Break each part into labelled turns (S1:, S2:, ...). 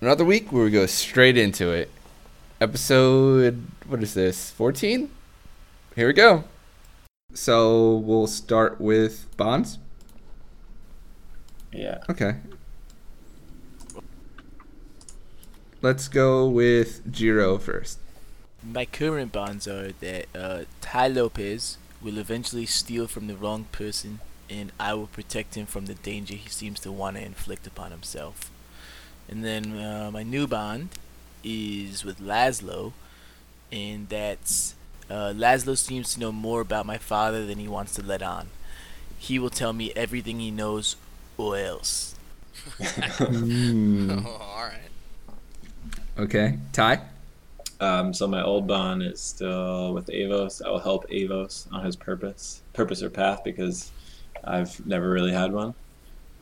S1: another week where we go straight into it. Episode, what is this, 14? Here we go. So we'll start with Bonds.
S2: Yeah.
S1: Okay. Let's go with Jiro first.
S3: My current bonds are that uh, Ty Lopez will eventually steal from the wrong person, and I will protect him from the danger he seems to want to inflict upon himself. And then uh, my new bond is with Laszlo, and that's uh, Laszlo seems to know more about my father than he wants to let on. He will tell me everything he knows, or else.
S1: Hmm.
S4: Oh, all right.
S1: Okay. Ty?
S2: Um, so my old bond is still with Avos. I will help Avos on his purpose, purpose or path, because I've never really had one.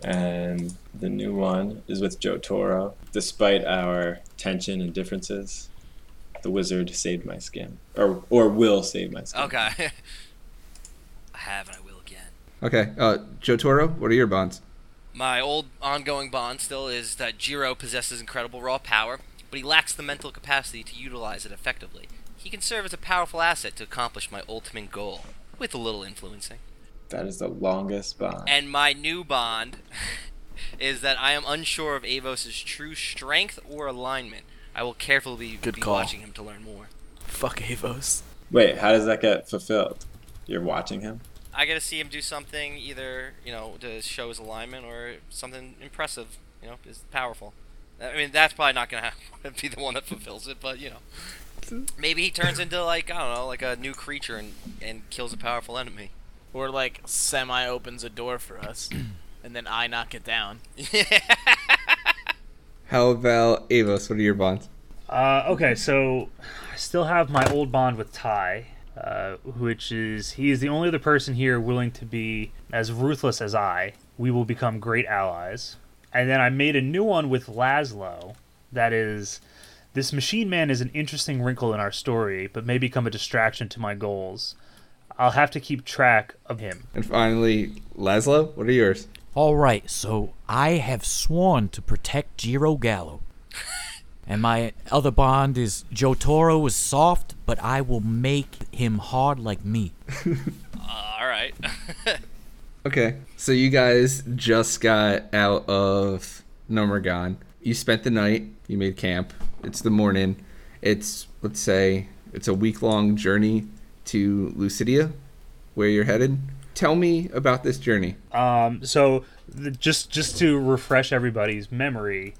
S2: And the new one is with Joe Toro. Despite our tension and differences, the wizard saved my skin, or or will save my skin.
S4: Okay. I have and I will again.
S1: Okay. Uh, Joe Toro, what are your bonds?
S4: My old ongoing bond still is that Jiro possesses incredible raw power, but he lacks the mental capacity to utilize it effectively. He can serve as a powerful asset to accomplish my ultimate goal, with a little influencing.
S2: That is the longest bond.
S4: And my new bond is that I am unsure of Avos' true strength or alignment. I will carefully
S3: Good
S4: be
S3: call.
S4: watching him to learn more.
S3: Fuck Avos.
S2: Wait, how does that get fulfilled? You're watching him.
S4: I gotta see him do something, either you know, to show his alignment or something impressive. You know, is powerful. I mean, that's probably not gonna have, be the one that fulfills it, but you know, maybe he turns into like I don't know, like a new creature and and kills a powerful enemy.
S3: Or like semi opens a door for us, and then I knock it down.
S1: How about Avos? What are your bonds?
S5: Uh, okay, so I still have my old bond with Ty, uh, which is he is the only other person here willing to be as ruthless as I. We will become great allies. And then I made a new one with Laszlo. That is, this machine man is an interesting wrinkle in our story, but may become a distraction to my goals. I'll have to keep track of him.
S1: And finally, Laszlo, what are yours?
S6: All right, so I have sworn to protect Giro Gallo. and my other bond is Jotaro is soft, but I will make him hard like me.
S4: all right.
S1: Okay. So you guys just got out of Nomergon. You spent the night. You made camp. It's the morning. It's let's say it's a week long journey to Lucidia, where you're headed. Tell me about this journey.
S5: Um, so the, just just to refresh everybody's memory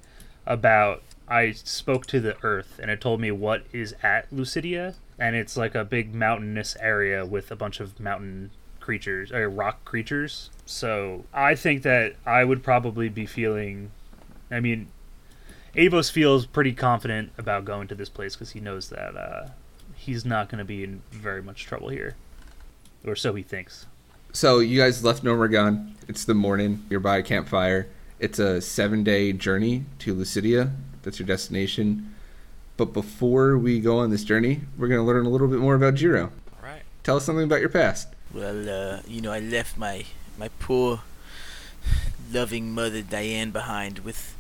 S5: about I spoke to the earth and it told me what is at Lucidia and it's like a big mountainous area with a bunch of mountain creatures or rock creatures. So I think that I would probably be feeling I mean Avos feels pretty confident about going to this place because he knows that uh, he's not going to be in very much trouble here, or so he thinks.
S1: So you guys left Nomergon. It's the morning. You're by a campfire. It's a seven day journey to Lucidia. That's your destination. But before we go on this journey, we're gonna learn a little bit more about Jiro.
S4: all right.
S1: Tell us something about your past.
S3: Well, uh, you know, I left my my poor, loving mother Diane behind with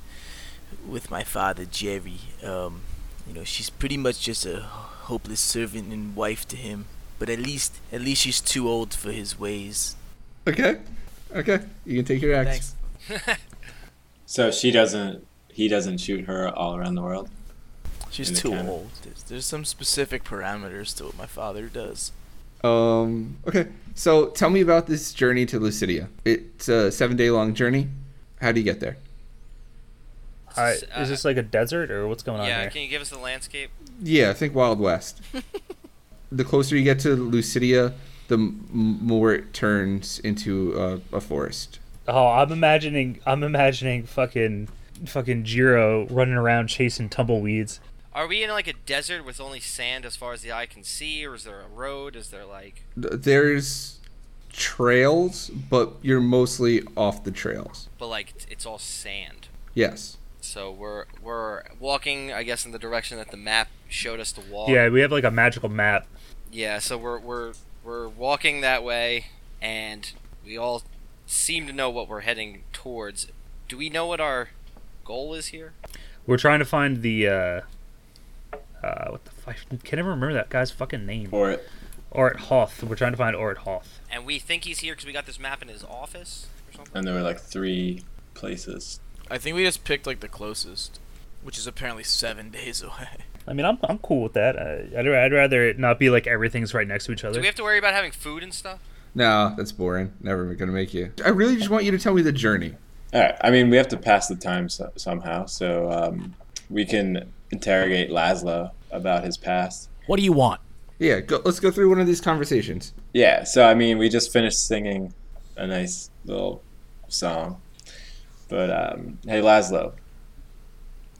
S3: with my father Jerry. Um, you know, she's pretty much just a hopeless servant and wife to him. But at least, at least she's too old for his ways.
S1: Okay. Okay. You can take your axe.
S3: Thanks.
S2: So she doesn't. He doesn't shoot her all around the world.
S3: She's
S2: In the
S3: too
S2: canon.
S3: old. There's, there's some specific parameters to what my father does.
S1: Um okay. So tell me about this journey to Lucidia. It's a seven day long journey. How do you get there?
S5: Hi,
S4: S- uh,
S5: is this like a desert or what's going on
S4: yeah.
S5: here?
S4: Can you give us the landscape?
S1: Yeah, I think Wild West. the closer you get to Lucidia, the m- more it turns into a, a forest.
S5: Oh, I'm imagining, I'm imagining fucking, fucking Jiro running around chasing tumbleweeds.
S4: Are we in like a desert with only sand as far as the eye can see, or is there a road? Is there like
S1: Th- There's trails, but you're mostly off the trails.
S4: but like it's- it's all sand?
S1: Yes.
S4: So we're we're walking, I guess, in the direction that the map showed us to walk.
S5: Yeah, we have like a magical map.
S4: Yeah, so we're we're we're walking that way and we all seem to know what we're heading towards. Do we know what our goal is here?
S5: We're trying to find the. Uh, uh, what the fuck? I can never remember that guy's fucking name.
S2: for it.
S5: Orit Hoth. We're trying to find Orit Hoth.
S4: And we think he's here because we got this map in his office or something.
S2: And there were like three places.
S7: I think we just picked like the closest, which is apparently seven days away.
S5: I mean, I'm, I'm cool with that. I, I'd, I'd rather it not be like everything's right next to each
S4: Do
S5: other.
S4: we have to worry about having food and stuff?
S1: No, that's boring. Never gonna make you. I really just want you to tell me the journey.
S2: All right. I mean, we have to pass the time so- somehow, so um, we can interrogate Laszlo about his past.
S6: What do you want?
S1: Yeah, go, let's go through one of these conversations.
S2: Yeah. So I mean, we just finished singing a nice little song. But um, hey, Laszlo.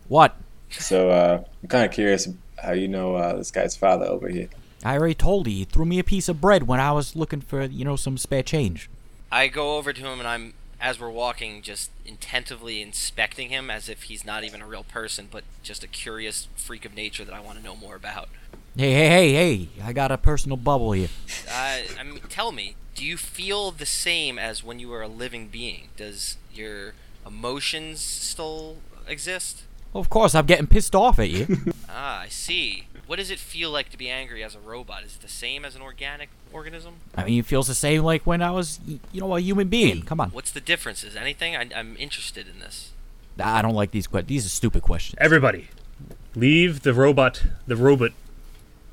S6: What?
S2: So uh, I'm kind of curious how you know uh, this guy's father over here.
S6: I already told you. He threw me a piece of bread when I was looking for, you know, some spare change.
S4: I go over to him and I'm, as we're walking, just intentively inspecting him as if he's not even a real person, but just a curious freak of nature that I want to know more about.
S6: Hey, hey, hey, hey! I got a personal bubble here.
S4: Uh, I mean, tell me, do you feel the same as when you were a living being? Does your emotions still exist?
S6: Of course, I'm getting pissed off at you.
S4: Ah, I see. What does it feel like to be angry as a robot? Is it the same as an organic organism?
S6: I mean, it feels the same like when I was, y- you know, a human being. Come on.
S4: What's the difference? Is anything? I, I'm interested in this.
S6: I don't like these questions. These are stupid questions.
S5: Everybody, leave the robot, the robot,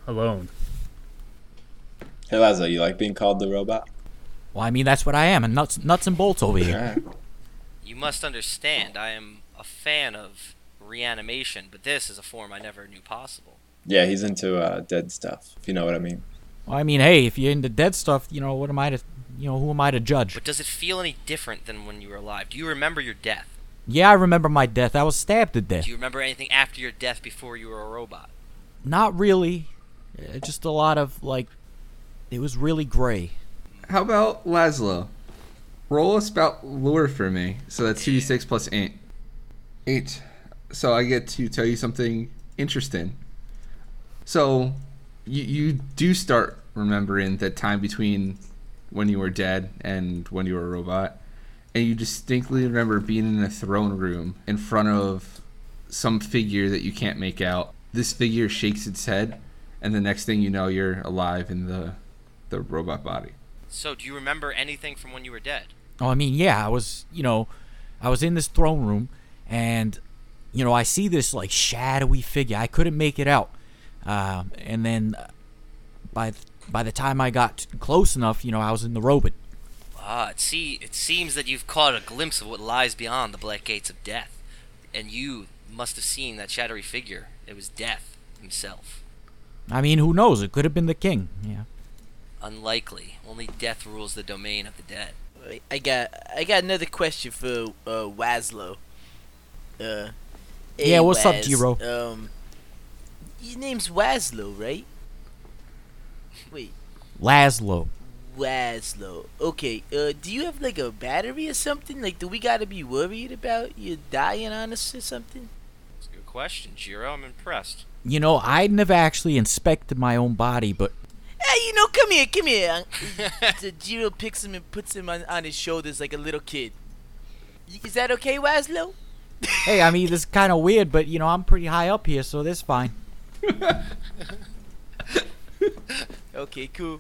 S5: alone.
S2: Hey, Laszlo, you like being called the robot?
S6: Well, I mean, that's what I am, and nuts, nuts and bolts over
S2: All
S6: here.
S2: right.
S4: You must understand, I am a fan of reanimation, but this is a form I never knew possible.
S2: Yeah, he's into uh, dead stuff. If you know what I mean.
S6: Well, I mean, hey, if you're into dead stuff, you know, what am I to, you know, who am I to judge?
S4: But does it feel any different than when you were alive? Do you remember your death?
S6: Yeah, I remember my death. I was stabbed to death.
S4: Do you remember anything after your death before you were a robot?
S6: Not really. Uh, Just a lot of like, it was really gray.
S1: How about Laszlo? Roll a spout lure for me. So that's 2d6 plus 8. 8. So I get to tell you something interesting. So you, you do start remembering that time between when you were dead and when you were a robot. And you distinctly remember being in a throne room in front of some figure that you can't make out. This figure shakes its head, and the next thing you know, you're alive in the, the robot body.
S4: So, do you remember anything from when you were dead?
S6: Oh, I mean, yeah, I was, you know, I was in this throne room, and you know, I see this like shadowy figure. I couldn't make it out, um, and then uh, by th- by the time I got close enough, you know, I was in the robot.
S4: Ah, it, see, it seems that you've caught a glimpse of what lies beyond the black gates of death. And you must have seen that shadowy figure. It was Death himself.
S6: I mean, who knows? It could have been the king. Yeah.
S4: Unlikely. Only death rules the domain of the dead.
S7: I- I got I got another question for uh Waslow. Uh hey,
S6: Yeah, what's up,
S7: Waz,
S6: Jiro?
S7: Um Your name's Waslow, right? Wait,
S6: Laszlo.
S7: Waslow. Okay, uh do you have like a battery or something? Like do we gotta be worried about you dying on us or something?
S4: That's a good question, Jiro. I'm impressed.
S6: You know, I'd never actually inspected my own body, but
S7: Hey, you know, come here, come here. so Jiro picks him and puts him on, on his shoulders like a little kid. Y- Is that okay, Waslow?
S6: hey, I mean, this is kind of weird, but you know, I'm pretty high up here, so that's fine.
S7: Okay, cool.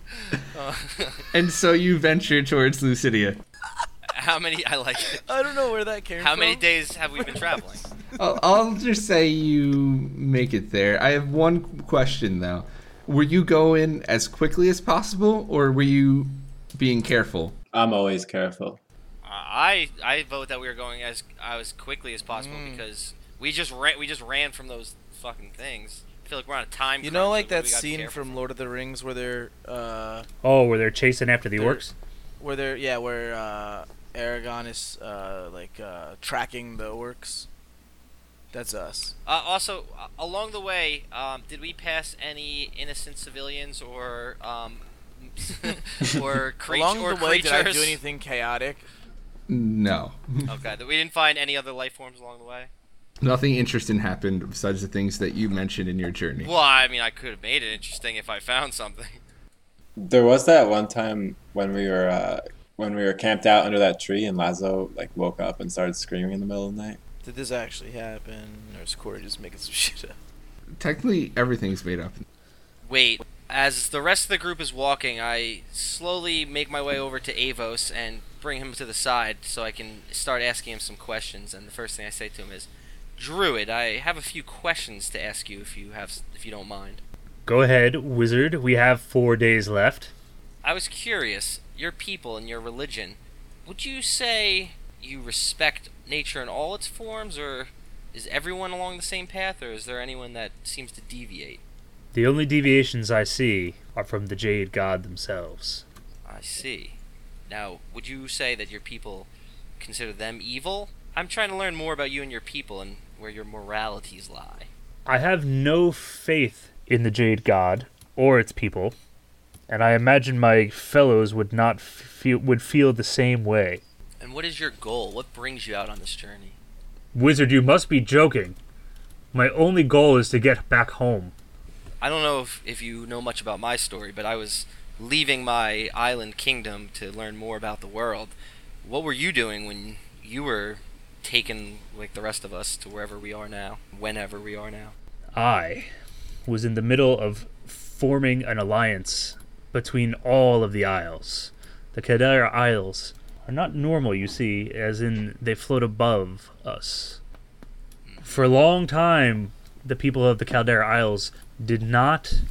S1: And so you venture towards Lucidia.
S4: How many? I like it.
S3: Oh,
S7: I don't know where that came
S4: How
S7: from.
S4: many days have we been traveling?
S1: I'll, I'll just say you make it there. I have one question though. Were you going as quickly as possible, or were you being careful?
S2: I'm always careful.
S4: I I vote that we were going as as quickly as possible
S3: Mm.
S4: because we just ran we just ran from those fucking things. I feel like we're on a time.
S3: You
S4: crunch,
S3: know, like
S4: so
S3: that
S4: we gotta be
S3: scene
S4: careful.
S3: from Lord of the Rings where they're, uh,
S5: Oh, where they're chasing after the
S3: They're-
S5: orcs.
S3: where they're, yeah, where uh, Aragon is, uh, like, uh, tracking the orcs. That's us.
S4: Uh, also, uh, along the way, um, did we pass any innocent civilians or um, or, creat-
S3: Along
S4: or
S3: the way,
S4: creatures?
S3: did I do anything chaotic?
S1: No,
S4: Okay, that we didn't find any other life forms along the way.
S1: nothing interesting happened besides the things that you mentioned in your journey.
S4: Well, I mean, I could have made it interesting if I found something.
S2: There was that one time when we were uh, when we were camped out under that tree, and Lazo like woke up and started screaming in the middle of the night.
S3: Did this actually happen, or is Corey just making some shit up?
S1: Technically, everything's made up.
S4: Wait. As the rest of the group is walking, I slowly make my way over to Avos and bring him to the side so I can start asking him some questions. And the first thing I say to him is, "Druid, I have a few questions to ask you if you have s- if you don't mind."
S5: Go ahead, wizard. We have four days left.
S4: I was curious, your people and your religion, would you say you respect nature in all its forms, or is everyone along the same path, or is there anyone that seems to deviate?
S5: The only deviations I see are from the Jade God themselves.
S4: I see. Now, would you say that your people consider them evil? I'm trying to learn more about you and your people and where your moralities lie.
S5: I have no faith in the Jade God or its people, and I imagine my fellows would not feel would feel the same way.
S4: And what is your goal? What brings you out on this journey?
S5: Wizard, you must be joking. My only goal is to get back home.
S4: I don't know if, if you know much about my story, but I was leaving my island kingdom to learn more about the world. What were you doing when you were taken, like the rest of us, to wherever we are now, whenever we are now?
S5: I was in the middle of forming an alliance between all of the Isles. The Kedera Isles are not normal, you see, as in they float above us. For a long time, the people of the Caldera Isles did not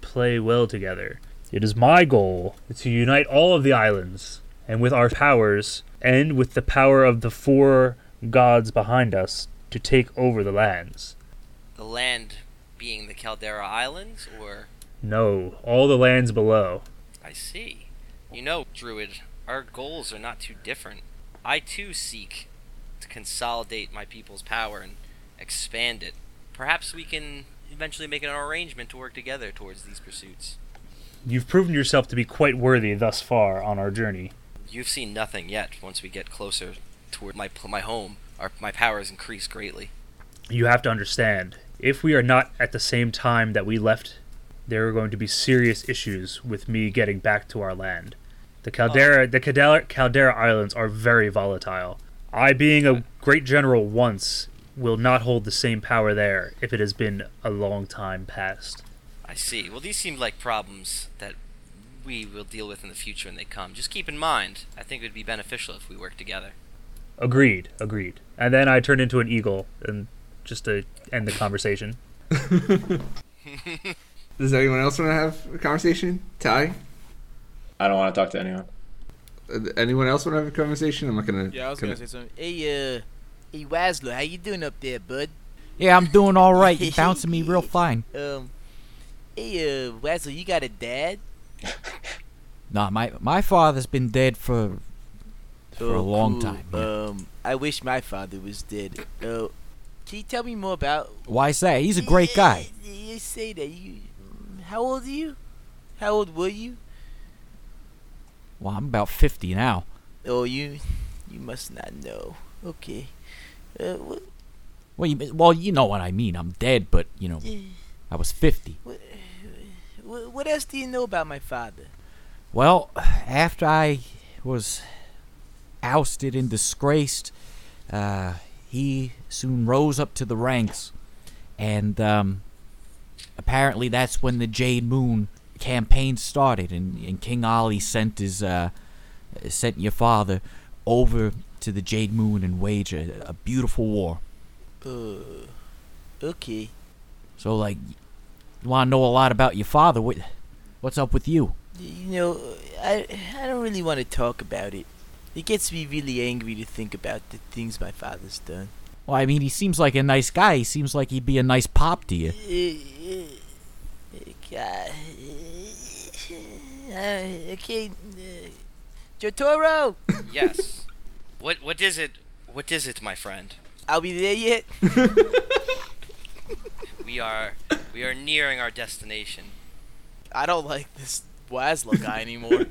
S5: play well together. It is my goal to unite all of the islands, and with our powers, and with the power of the four gods behind us, to take over the lands.
S4: The land being the Caldera Islands, or
S5: No, all the lands below.
S4: I see. You know, Druid, our goals are not too different. I too seek to consolidate my people's power and expand it. Perhaps we can eventually make an arrangement to work together towards these pursuits.
S5: You've proven yourself to be quite worthy thus far on our journey.
S4: You've seen nothing yet. Once we get closer toward my pl- my home, our, my powers increase greatly.
S5: You have to understand, if we are not at the same time that we left, there are going to be serious issues with me getting back to our land. The Caldera, the Caldera, Caldera Islands are very volatile. I, being a great general once, will not hold the same power there if it has been a long time past.
S4: I see. Well, these seem like problems that we will deal with in the future when they come. Just keep in mind, I think it would be beneficial if we work together.
S5: Agreed, agreed. And then I turned into an eagle, and just to end the conversation.
S1: Does anyone else want to have a conversation? Ty?
S2: I don't want to talk to anyone.
S1: Uh, Anyone else want to have a conversation? I'm not gonna.
S3: Yeah, I was
S1: gonna-
S3: gonna say something. Hey, uh, hey, Waslow, how you doing up there, bud?
S6: Yeah, I'm doing all right. You're bouncing me real fine.
S3: Um, hey, uh, Waslow, you got a dad?
S6: Nah, my my father's been dead for for a
S3: Oh,
S6: long
S3: cool.
S6: time. yeah.
S3: Um, I wish my father was dead. Uh, can you tell me more about?
S6: Why is that? He's a great guy.
S3: You- You say that. You, how old are you? How old were you?
S6: Well, I'm about 50 now.
S3: Oh, you, you must not know. Okay. Uh, what,
S6: Well, you well, you know what I mean. I'm dead, but you know, I was 50.
S3: uh, what, what else do you know about my father?
S6: Well, after I was ousted and disgraced, uh, he soon rose up to the ranks, and um, apparently that's when the Jade Moon campaign started, and, and King Ali sent his uh, sent your father over to the Jade Moon and wage a, a beautiful war.
S3: Uh, okay.
S6: So, like, you want to know a lot about your father? What, what's up with you?
S3: You know, I I don't really want to talk about it. It gets me really angry to think about the things my father's done.
S6: Well, I mean, he seems like a nice guy. He seems like he'd be a nice pop to you.
S3: God. Uh, okay, uh, Jotaro,
S4: Yes. what what is it? What is it, my friend?
S3: I'll be there yet.
S4: We are we are nearing our destination.
S3: I don't like this Waslow guy anymore.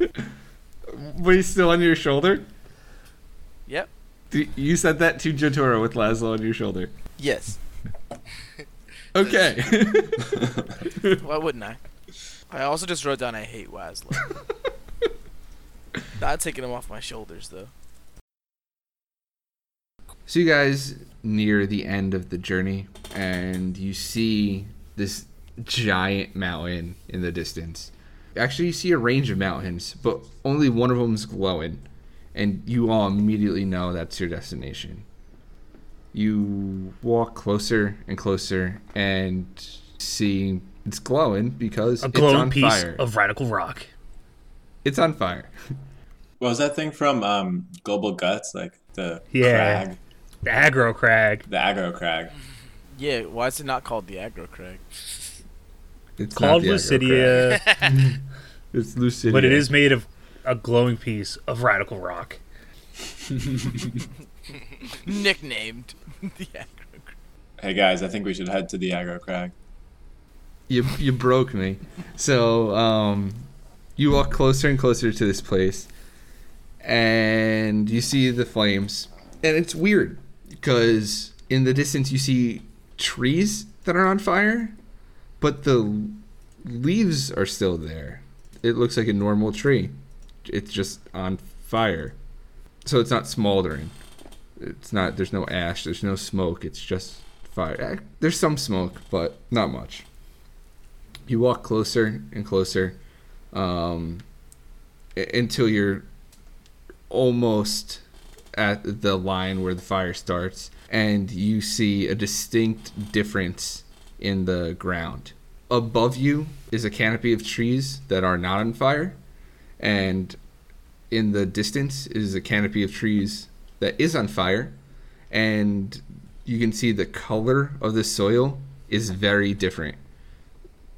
S1: But he's still on your shoulder.
S3: Yep.
S1: Do- You said that to Jotaro with Laszlo on your shoulder.
S3: yes.
S1: Okay.
S3: Why wouldn't I? I also just wrote down I hate Waslow. Not taking him off my shoulders though.
S1: So you guys near the end of the journey, and you see this giant mountain in the distance. Actually, you see a range of mountains, but only one of them's glowing, and you all immediately know that's your destination. You walk closer and closer and see it's glowing because
S5: A
S1: it's
S5: glowing
S1: on
S5: piece
S1: fire.
S5: of radical rock.
S1: It's on fire.
S2: What was that thing from um, Global Guts? Like the
S5: Yeah.
S2: crag,
S5: The aggro crag.
S2: the aggro crag.
S3: Yeah, why is it not called the aggro crag?
S1: It's not
S5: Called
S1: the aggro crag.
S5: Lucidia,
S1: It's Lucidia.
S5: but it is made of a glowing piece of radical rock.
S3: Nicknamed the aggro crag.
S2: Hey guys, I think we should head to the aggro crag.
S1: you you broke me. So um, you walk closer and closer to this place, and you see the flames, and it's weird because in the distance you see trees that are on fire, but the leaves are still there. It looks like a normal tree. It's just on fire, so it's not smoldering. It's not. There's no ash. There's no smoke. It's just fire. Eh, There's some smoke, but not much you walk closer and closer um, u- until you're almost at the line where the fire starts and you see a distinct difference in the ground above you is a canopy of trees that are not on fire and in the distance is a canopy of trees that is on fire and you can see the color of the soil is very different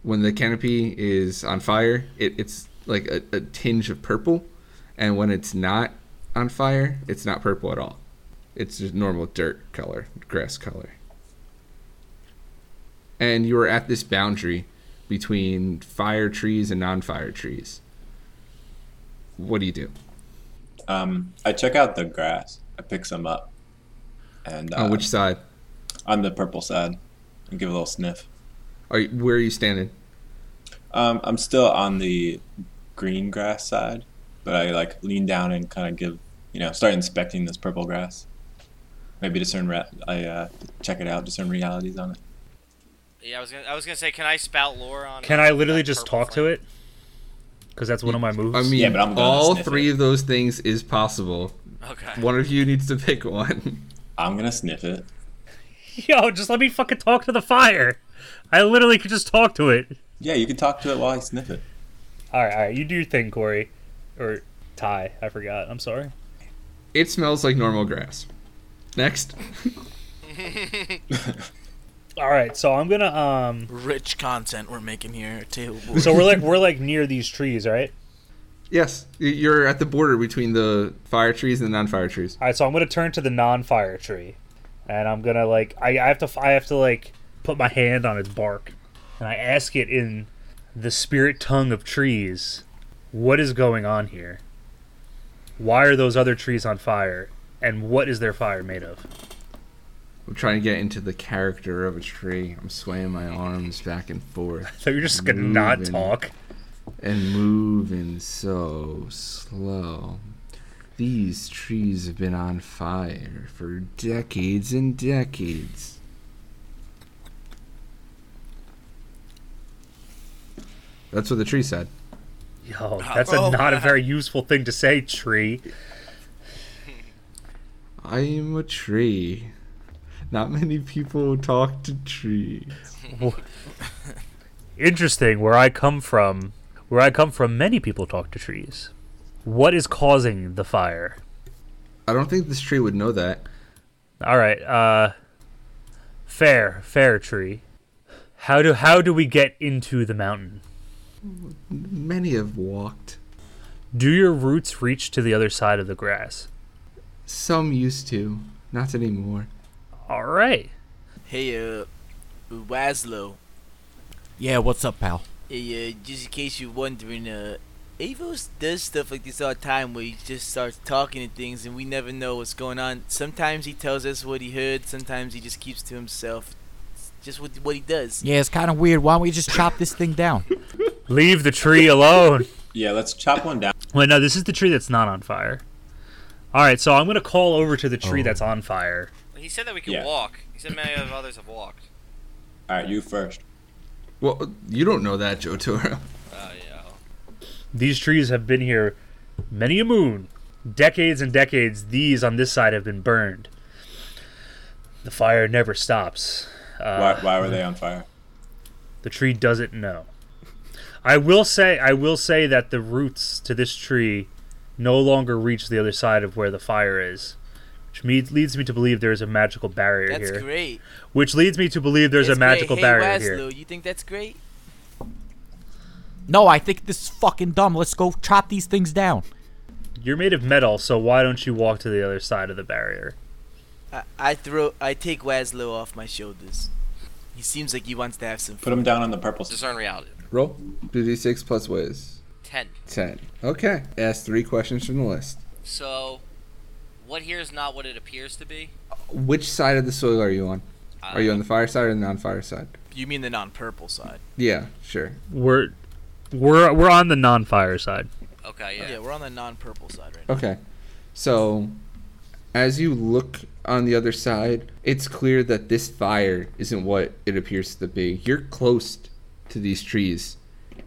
S1: when the canopy is on fire, it, it's like a, a tinge of purple, and when it's not on fire, it's not purple at all. It's just normal dirt color, grass color. And you are at this boundary between fire trees and non-fire trees. What do you do?
S2: Um, I check out the grass. I pick some up, and uh,
S1: on Oh, which side?
S2: on the purple side, and give it a little sniff.
S1: Are you, where are you standing?
S2: Um, I'm still on the green grass side, but I like lean down and kind of give, you know, start inspecting this purple grass. Maybe discern. Re- I uh, check it out, discern realities on it.
S4: Yeah, I was gonna, I was gonna say, can I spout lore on?
S5: Can I literally just talk to
S4: it?
S5: it? Because that's one of my moves.
S1: I mean,
S2: Yeah, but I'm gonna
S1: all
S2: sniff
S1: three
S2: it.
S1: of those things is possible.
S4: Okay.
S1: One of you needs to pick one.
S2: I'm gonna sniff it.
S5: yo, just let me fucking talk to the fire. I literally could just talk to it.
S2: Yeah, you can talk to it while I sniff it.
S5: All right, all right, you do your thing, Corey, or Ty. I forgot. I'm sorry.
S1: It smells like normal grass. Next.
S5: All right, so I'm gonna um.
S3: Rich content we're making here, table boy.
S5: So we're like we're like near these trees, right?
S1: Yes, y- you're at the border between the fire trees and the non-fire trees.
S5: All right, so I'm gonna turn to the non-fire tree, and I'm gonna like I, I have to I have to like put my hand on its bark, and I ask it in the spirit tongue of trees, what is going on here? Why are those other trees on fire? And what is their fire made of?
S1: I'm trying to get into the character of a tree. I'm swaying my arms back and forth
S5: So you're just gonna not
S1: Moving.
S5: talk.
S1: and moving so slow. These trees have been on fire for decades and decades. That's what the tree said.
S5: Yo, that's a,
S3: Oh.
S5: not a very useful thing to say, tree.
S1: I am a tree. Not many people talk to trees.
S5: Interesting. Where I come from, where I come from, many people talk to trees. What is causing the fire?
S1: I don't think this tree would know that.
S5: All right. Uh, fair, fair tree. How do how do we get into the mountain?
S1: Many have walked.
S5: Do your roots reach to the other side of the grass?
S1: Some used to, not anymore.
S5: All right.
S3: Hey, uh, Waslow.
S6: Yeah, what's up, pal?
S3: Hey, uh, just in case you're wondering, uh, Avos does stuff like this all the time where he just starts talking to things and we never know what's going on. Sometimes he tells us what he heard, sometimes he just keeps to himself. It's just what, what he does.
S6: Yeah, it's kind of weird. Why don't we just chop this thing down?
S5: Leave the tree alone.
S2: Yeah, let's chop one down.
S5: Wait, no, this is the tree that's not on fire. All right, so I'm gonna call over to the tree
S6: Oh.
S5: that's on fire.
S4: He said that we could
S2: Yeah.
S4: walk. He said many of others have walked.
S2: All right, you first.
S1: Well, you don't know that, Joe Toro.
S4: Uh, yeah.
S5: These trees have been here many a moon, decades and decades. These on this side have been burned. The fire never stops.
S2: Why, why were they on fire?
S5: The tree doesn't know. I will say I will say that the roots to this tree no longer reach the other side of where the fire is, which me- leads me to believe there is a magical barrier
S3: That's
S5: here.
S3: great.
S5: Which leads me to believe there's
S3: That's
S5: a
S3: great.
S5: magical
S3: Hey,
S5: barrier here.
S3: Waslu, You think that's great?
S6: No, I think this is fucking dumb. Let's go chop these things down.
S5: You're made of metal, so why don't you walk to the other side of the barrier?
S3: I, I throw. I take Waslow off my shoulders. He seems like he wants to have some
S2: Put
S3: fun.
S2: them down on the purple. s-
S4: Discern reality.
S1: Roll. 2d6 plus ways.
S4: Ten.
S1: 10. Okay. Ask three questions from the list.
S4: So, what here is not what it appears to be.
S1: Which side of the soil are you on?
S4: Uh,
S1: Are you on the fire side or the non fire side?
S3: You mean the non-purple side?
S1: Yeah, sure.
S5: We're we're we're on the non-fire side.
S4: Okay.
S3: Oh, Yeah,
S4: Yeah.
S3: we're on the non-purple side right now.
S1: Okay. So, as you look on the other side, it's clear that this fire isn't what it appears to be. You're close to these trees,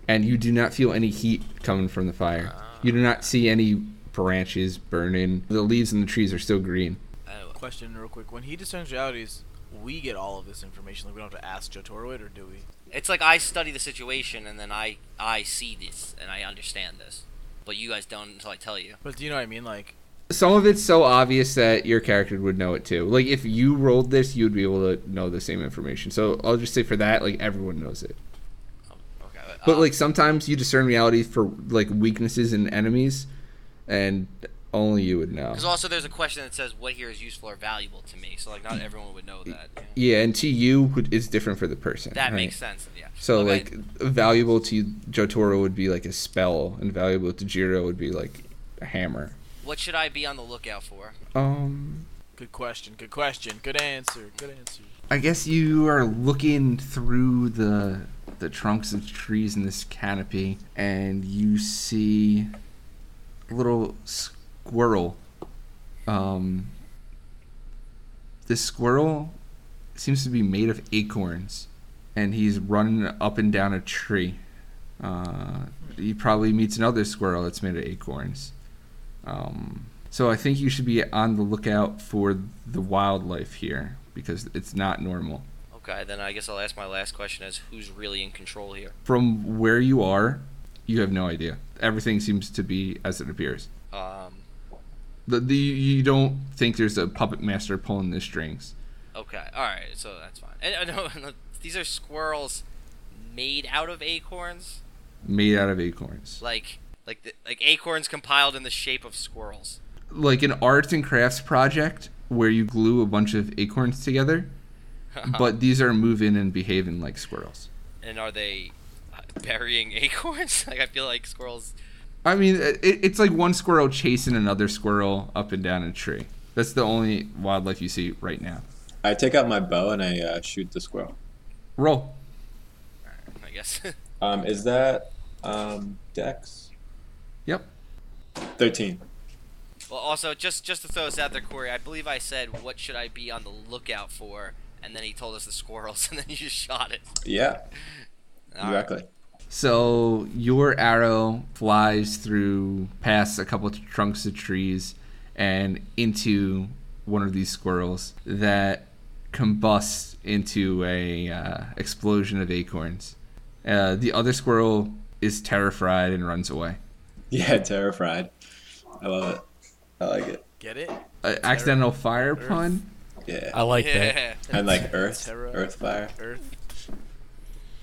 S1: and you do not feel any heat coming from the fire. You do not see any branches burning. The leaves on the trees are still green.
S4: Anyway.
S3: Question real quick. When he discerns realities, we get all of this information. Like we don't have to ask Joe Toro it, or do we?
S4: It's like I study the situation and then I I see this and I understand this, but you guys don't until I tell you.
S3: But do you know what I mean? Like,
S1: Some of it's so obvious that your character would know it too. Like, if you rolled this, you'd be able to know the same information. So, I'll just say for that, like, everyone knows it.
S4: Okay.
S1: But
S4: um,
S1: like sometimes you discern reality for like weaknesses in enemies, and only you would know.
S4: Because also there's a question that says what here is useful or valuable to me. So like not everyone would know that. Yeah.
S1: Yeah, and to you would- is different for the person.
S4: That
S1: right?
S4: makes sense. Yeah.
S1: So
S4: Okay,
S1: like valuable to Jotaro would be like a spell, and valuable to Jiro would be like a hammer.
S4: what should I be on the lookout for?
S1: Um,
S3: good question. Good question. Good answer. Good answer.
S1: I guess you are looking through the the trunks of trees in this canopy, and you see a little squirrel. Um, this squirrel seems to be made of acorns, and he's running up and down a tree. Uh, he probably meets another squirrel that's made of acorns. Um, so I think you should be on the lookout for the wildlife here because it's not normal.
S4: Okay, then I guess I'll ask my last question as who's really in control here.
S1: From where you are, you have no idea. Everything seems to be as it appears.
S4: Um.
S1: The, the, you don't think there's a puppet master pulling the strings.
S4: Okay. All right. So that's fine. And, uh, no, these are squirrels made out of acorns.
S1: Made out of acorns.
S4: Like like the, like acorns compiled in the shape of squirrels.
S1: Like an arts and crafts project where you glue a bunch of acorns together, but these are moving and behaving like squirrels.
S4: and are they uh, burying acorns? like I feel like squirrels.
S1: I mean, it, it's like one squirrel chasing another squirrel up and down a tree. That's the only wildlife you see right now.
S2: I take out my bow and I uh, shoot the squirrel.
S1: Roll.
S4: I guess.
S2: Um, is that um, Dex?
S1: Yep.
S2: Thirteen.
S4: well, also just just to throw this out there, Corey, I believe I said what should I be on the lookout for, and then he told us the squirrels, and then you just shot it.
S2: Yeah,
S4: All right.
S2: exactly.
S1: So your arrow flies through past a couple of trunks of trees and into one of these squirrels that combusts into a uh, explosion of acorns. Uh, the other squirrel is terrified and runs away.
S2: Yeah, terrified. I love it. I like it.
S3: Get it?
S1: Uh, accidental fire pun.
S2: Yeah.
S6: I like that.
S4: Yeah.
S2: and like Earth,
S3: Terra-
S2: Earth fire.
S3: Earth.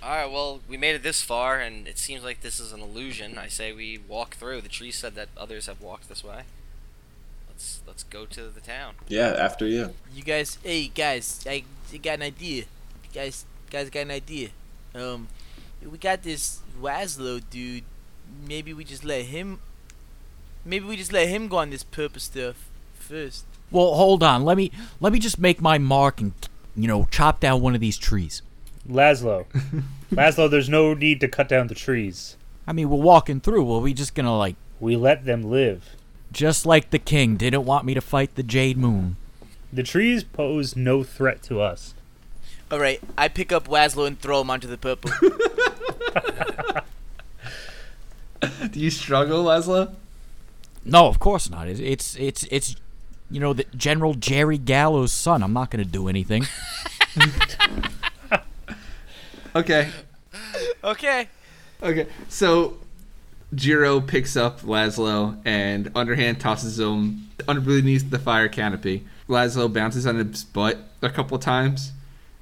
S4: All right. Well, we made it this far, and it seems like this is an illusion. I say we walk through. The tree said that others have walked this way. Let's let's go to the town.
S2: Yeah, after you.
S3: You guys. Hey guys. I I got an idea. Guys. Guys got an idea. Um, we got this Waslow dude. Maybe we just let him. Maybe we just let him go on this purple stuff first.
S6: Well, hold on. Let me let me just make my mark and you know chop down one of these trees.
S5: Laszlo, Laszlo, there's no need to cut down the trees.
S6: I mean, we're walking through. Are we just gonna like?
S5: We let them live.
S6: Just like the king didn't want me to fight the Jade Moon.
S5: The trees pose no threat to us.
S3: All right, I pick up Waslow and throw him onto the purple.
S1: Do you struggle, Laszlo?
S6: No, of course not. It's it's it's, it's you know, the General Jerry Gallo's son. I'm not going to do anything.
S1: Okay.
S3: okay.
S1: Okay. So Jiro picks up Laszlo and underhand tosses him underneath the fire canopy. Laszlo bounces on his butt a couple times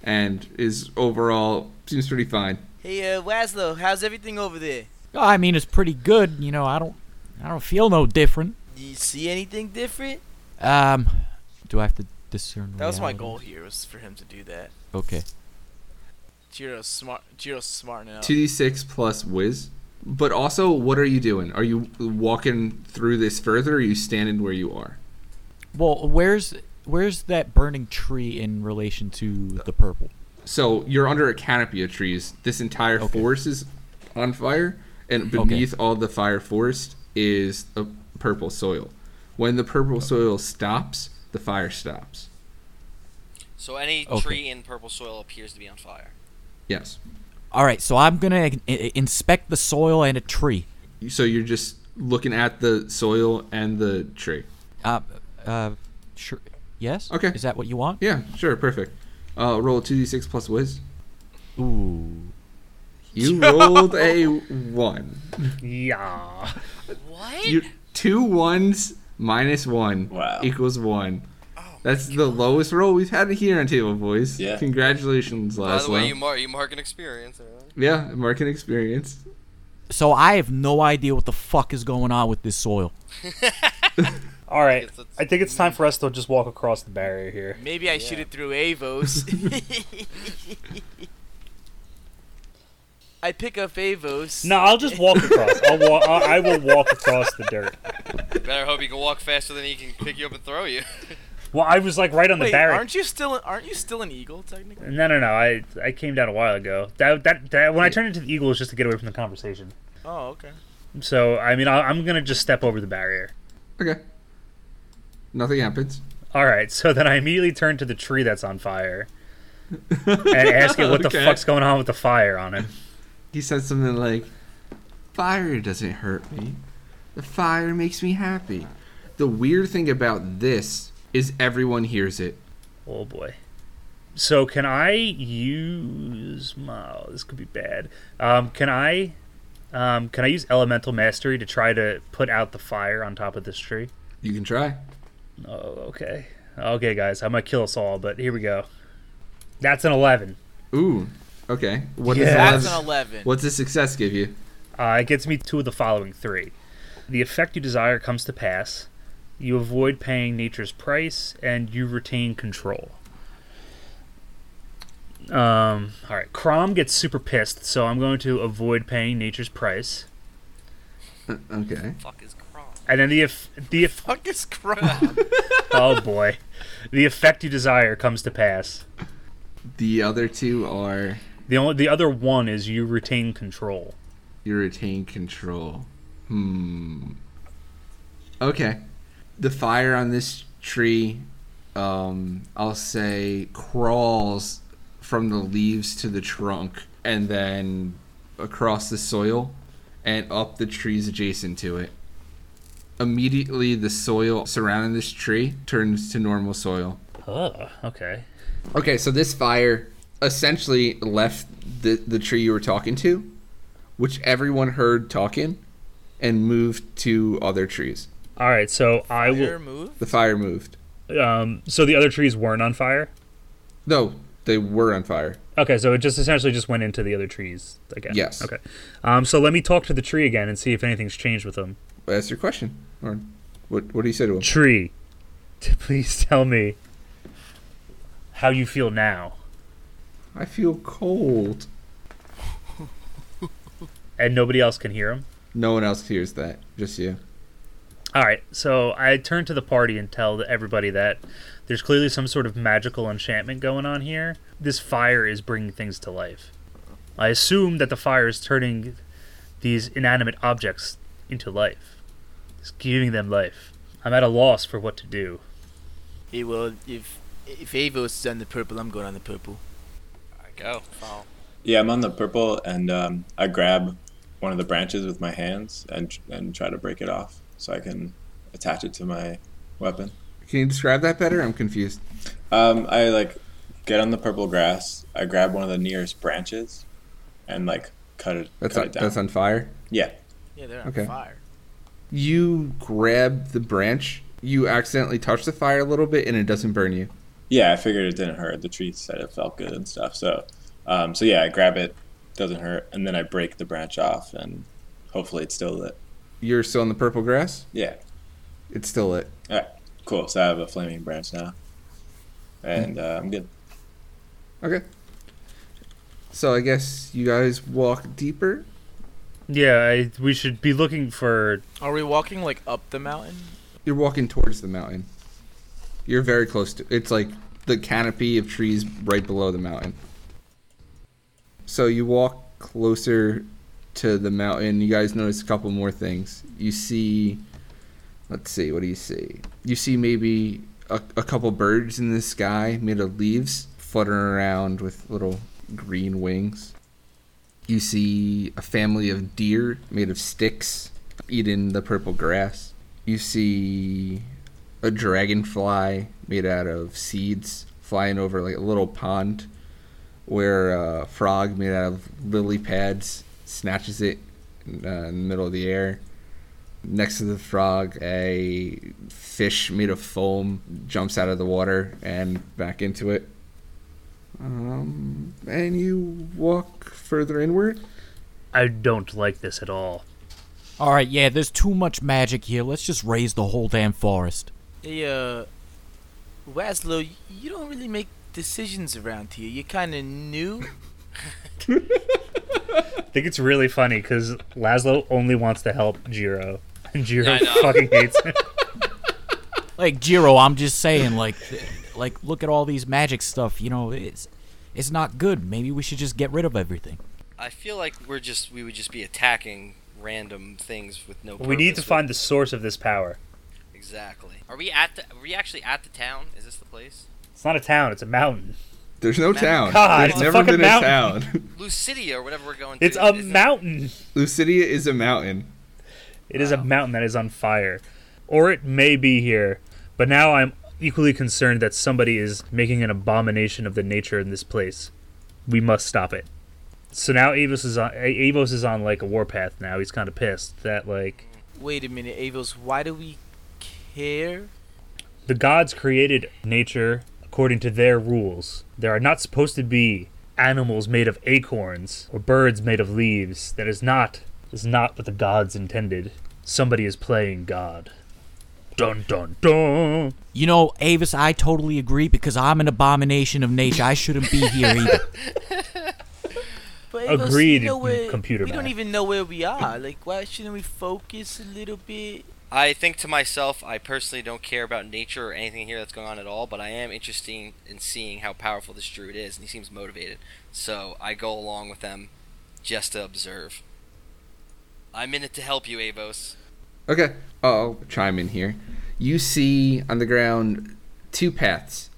S1: and is overall seems pretty fine.
S3: Hey, uh, Waslow, how's everything over there?
S6: I mean, it's pretty good. You know, I don't I don't feel no different.
S3: Do you see anything different?
S6: Um, do I have to discern?
S3: That was my
S6: reality?
S3: goal here was for him to do that.
S6: Okay.
S3: Jiro's smart. Jiro's smart now.
S1: 2d6 plus whiz. But also, what are you doing? Are you walking through this further or are you standing where you are?
S6: Well, where's where's that burning tree in relation to the purple?
S1: So you're under a canopy of trees. This entire
S6: Okay.
S1: forest is on fire, and
S6: Okay.
S1: beneath all the fire forest is a purple soil. When the purple soil stops, the fire stops.
S4: So any
S6: Okay.
S4: tree in purple soil appears to be on fire.
S1: Yes.
S6: All right, so I'm gonna in- in- inspect the soil and a tree.
S1: So you're just looking at the soil and the tree.
S6: Uh, uh, sure. Yes.
S1: Okay.
S6: Is that what you want?
S1: Yeah, sure, perfect. Uh, roll two d six plus whiz.
S6: Ooh.
S1: You rolled a one.
S5: Yeah.
S4: What?
S1: You two ones minus one
S2: Wow.
S1: equals one.
S4: Oh
S1: That's the lowest roll we've had here on Table Boys.
S2: Yeah.
S1: Congratulations, Laszlo.
S4: By the way, you mark you mark an experience. Alright?
S1: Yeah, market experience.
S6: So I have no idea what the fuck is going on with this soil.
S5: All right.
S4: Yes, it's-
S5: I think it's time for us to just walk across the barrier here.
S3: Maybe I shoot
S4: Yeah.
S3: it through Avos. I pick up Avos.
S5: No, I'll just walk across. I'll wa- I I will walk across the dirt.
S4: Better hope you can walk faster than he can pick you up and throw you.
S5: Well, I was like right on the
S3: Wait,
S5: barrier.
S3: aren't you still? Aren't you still an eagle technically?
S5: No, no, no. I I came down a while ago. That that, that when I turned into the eagle was just to get away from the conversation.
S3: Oh, okay.
S5: So I mean, I, I'm gonna just step over the barrier.
S1: Okay. Nothing happens.
S5: All right. So then I immediately turn to the tree that's on fire and ask it what the
S1: Okay.
S5: fuck's going on with the fire on it.
S1: He said something like, "Fire doesn't hurt me. The fire makes me happy." The weird thing about this is everyone hears it.
S5: Oh boy. So can I use my? oh, This could be bad. Um, can I? Um, can I use elemental mastery to try to put out the fire on top of this tree?
S1: You can try.
S5: Oh, okay. Okay, guys, I might kill us all, but here we go. That's an 11.
S1: Ooh. Okay. What does
S5: Yeah.
S3: That's
S1: eleven-
S3: an eleven.
S1: What's the success give you?
S5: Uh, it gets me two of the following three. The effect you desire comes to pass, you avoid paying nature's price, and you retain control. Um, all right, Crom gets super pissed, so I'm going to avoid paying nature's price.
S1: Uh, Okay.
S4: Fuck is Kron.
S5: And then the eff- the eff-
S3: Fuck is crap.
S5: oh boy, the effect you desire comes to pass.
S1: The other two are
S5: The only the other one is you retain control.
S1: you retain control. Hmm. Okay. The fire on this tree, um, I'll say, crawls from the leaves to the trunk and then across the soil and up the trees adjacent to it. Immediately, the soil surrounding this tree turns to normal soil.
S5: Oh, okay.
S1: Okay, so this fire essentially left the, the tree you were talking to, which everyone heard talking, and moved to other trees.
S5: All right, so I
S3: Your
S5: will.
S3: move.
S1: The fire moved.
S5: Um, so the other trees weren't on fire.
S1: No, they were on fire.
S5: Okay, so it just essentially just went into the other trees again.
S1: Yes.
S5: Okay. Um, so let me talk to the tree again and see if anything's changed with them.
S1: That's your question. Or what, what do you say to him?
S5: Tree, t- please tell me how you feel now.
S1: I feel cold.
S5: And nobody else can hear him.
S1: No one else hears that, just you.
S5: All right, so I turn to the party and tell everybody that there's clearly some sort of magical enchantment going on here. This fire is bringing things to life. I assume that the fire is turning these inanimate objects into life, it's giving them life. I'm at a loss for what to do.
S3: Hey, well, if if Avos is on the purple, I'm going on the purple.
S4: I go. Follow.
S2: Yeah, I'm on the purple, and um, I grab one of the branches with my hands and and try to break it off so I can attach it to my weapon.
S1: Can you describe that better? I'm confused.
S2: Um, I like get on the purple grass. I grab one of the nearest branches, and like cut it.
S1: That's
S2: cut
S1: on,
S2: it down.
S1: that's on fire.
S2: yeah.
S3: Yeah, they're on
S1: Okay.
S3: fire.
S1: You grab the branch. You accidentally touch the fire a little bit, and it doesn't burn you.
S2: Yeah, I figured it didn't hurt. The tree said it felt good and stuff. So, um, so yeah, I grab it, doesn't hurt, and then I break the branch off, and hopefully it's still lit.
S1: You're still in the purple grass.
S2: Yeah,
S1: It's still lit.
S2: cool. So I have a flaming branch now, and uh, I'm good.
S1: Okay. So I guess you guys walk deeper.
S5: Yeah, I, we should be looking for.
S3: Are we walking like up the mountain?
S1: You're walking towards the mountain. You're very close to. It's like the canopy of trees right below the mountain. So you walk closer to the mountain. You guys notice a couple more things. You see, let's see, what do you see? You see maybe a, a couple birds in the sky made of leaves fluttering around with little green wings. You see a family of deer made of sticks eating the purple grass. You see a dragonfly made out of seeds flying over like a little pond where a frog made out of lily pads snatches it in, uh, in the middle of the air. Next to the frog, a fish made of foam jumps out of the water and back into it. Um, and you walk further inward.
S5: I don't like this at all.
S6: All right, yeah, there's too much magic here. Let's just raise the whole damn forest.
S3: Hey, uh, Waslow, y- you don't really make decisions around here. You're kind of new.
S5: I think it's really funny because Laszlo only wants to help Jiro, and Jiro
S4: Yeah, I know.
S5: fucking hates him.
S6: Like Jiro, I'm just saying, like, th- like look at all these magic stuff. You know, it's it's not good. Maybe we should just get rid of everything.
S4: I feel like we're just we would just be attacking random things with no.
S5: we need to
S4: purpose.
S5: find the source of this power.
S4: Exactly. Are we at the? Are we actually at the town? Is this the place?
S5: It's not a town; it's a mountain.
S1: There's no town.
S5: God,
S1: There's
S5: it's a
S1: never
S5: fucking
S1: been a
S5: mountain.
S1: town.
S4: Lucidia or whatever we're going to.
S5: It's a
S4: isn't-
S5: mountain.
S1: Lucidia is a mountain.
S5: It is a mountain that is on fire, or it may be here. But now I'm equally concerned that somebody is making an abomination of the nature in this place. We must stop it. So now Avos is on. A- Avos is on like a warpath now. He's kind of pissed that like
S3: Wait a minute, Avos. Why do we care?
S5: the gods created nature according to their rules. There are not supposed to be animals made of acorns or birds made of leaves. That is not is not what the gods intended. Somebody is playing God. Dun dun dun.
S6: You know, Avis, I totally agree because I'm an abomination of nature. I shouldn't be here either.
S3: But Avos,
S5: Agreed,
S3: you know where-
S5: computer
S3: We don't
S5: man.
S3: even know where we are. Like, why shouldn't we focus a little bit?
S4: I think to myself, I personally don't care about nature or anything here that's going on at all, but I am interested in seeing how powerful this druid is, and he seems motivated. So I go along with them just to observe. I'm in it to help you, Avos.
S1: Okay. I'll chime in here. You see on the ground two paths.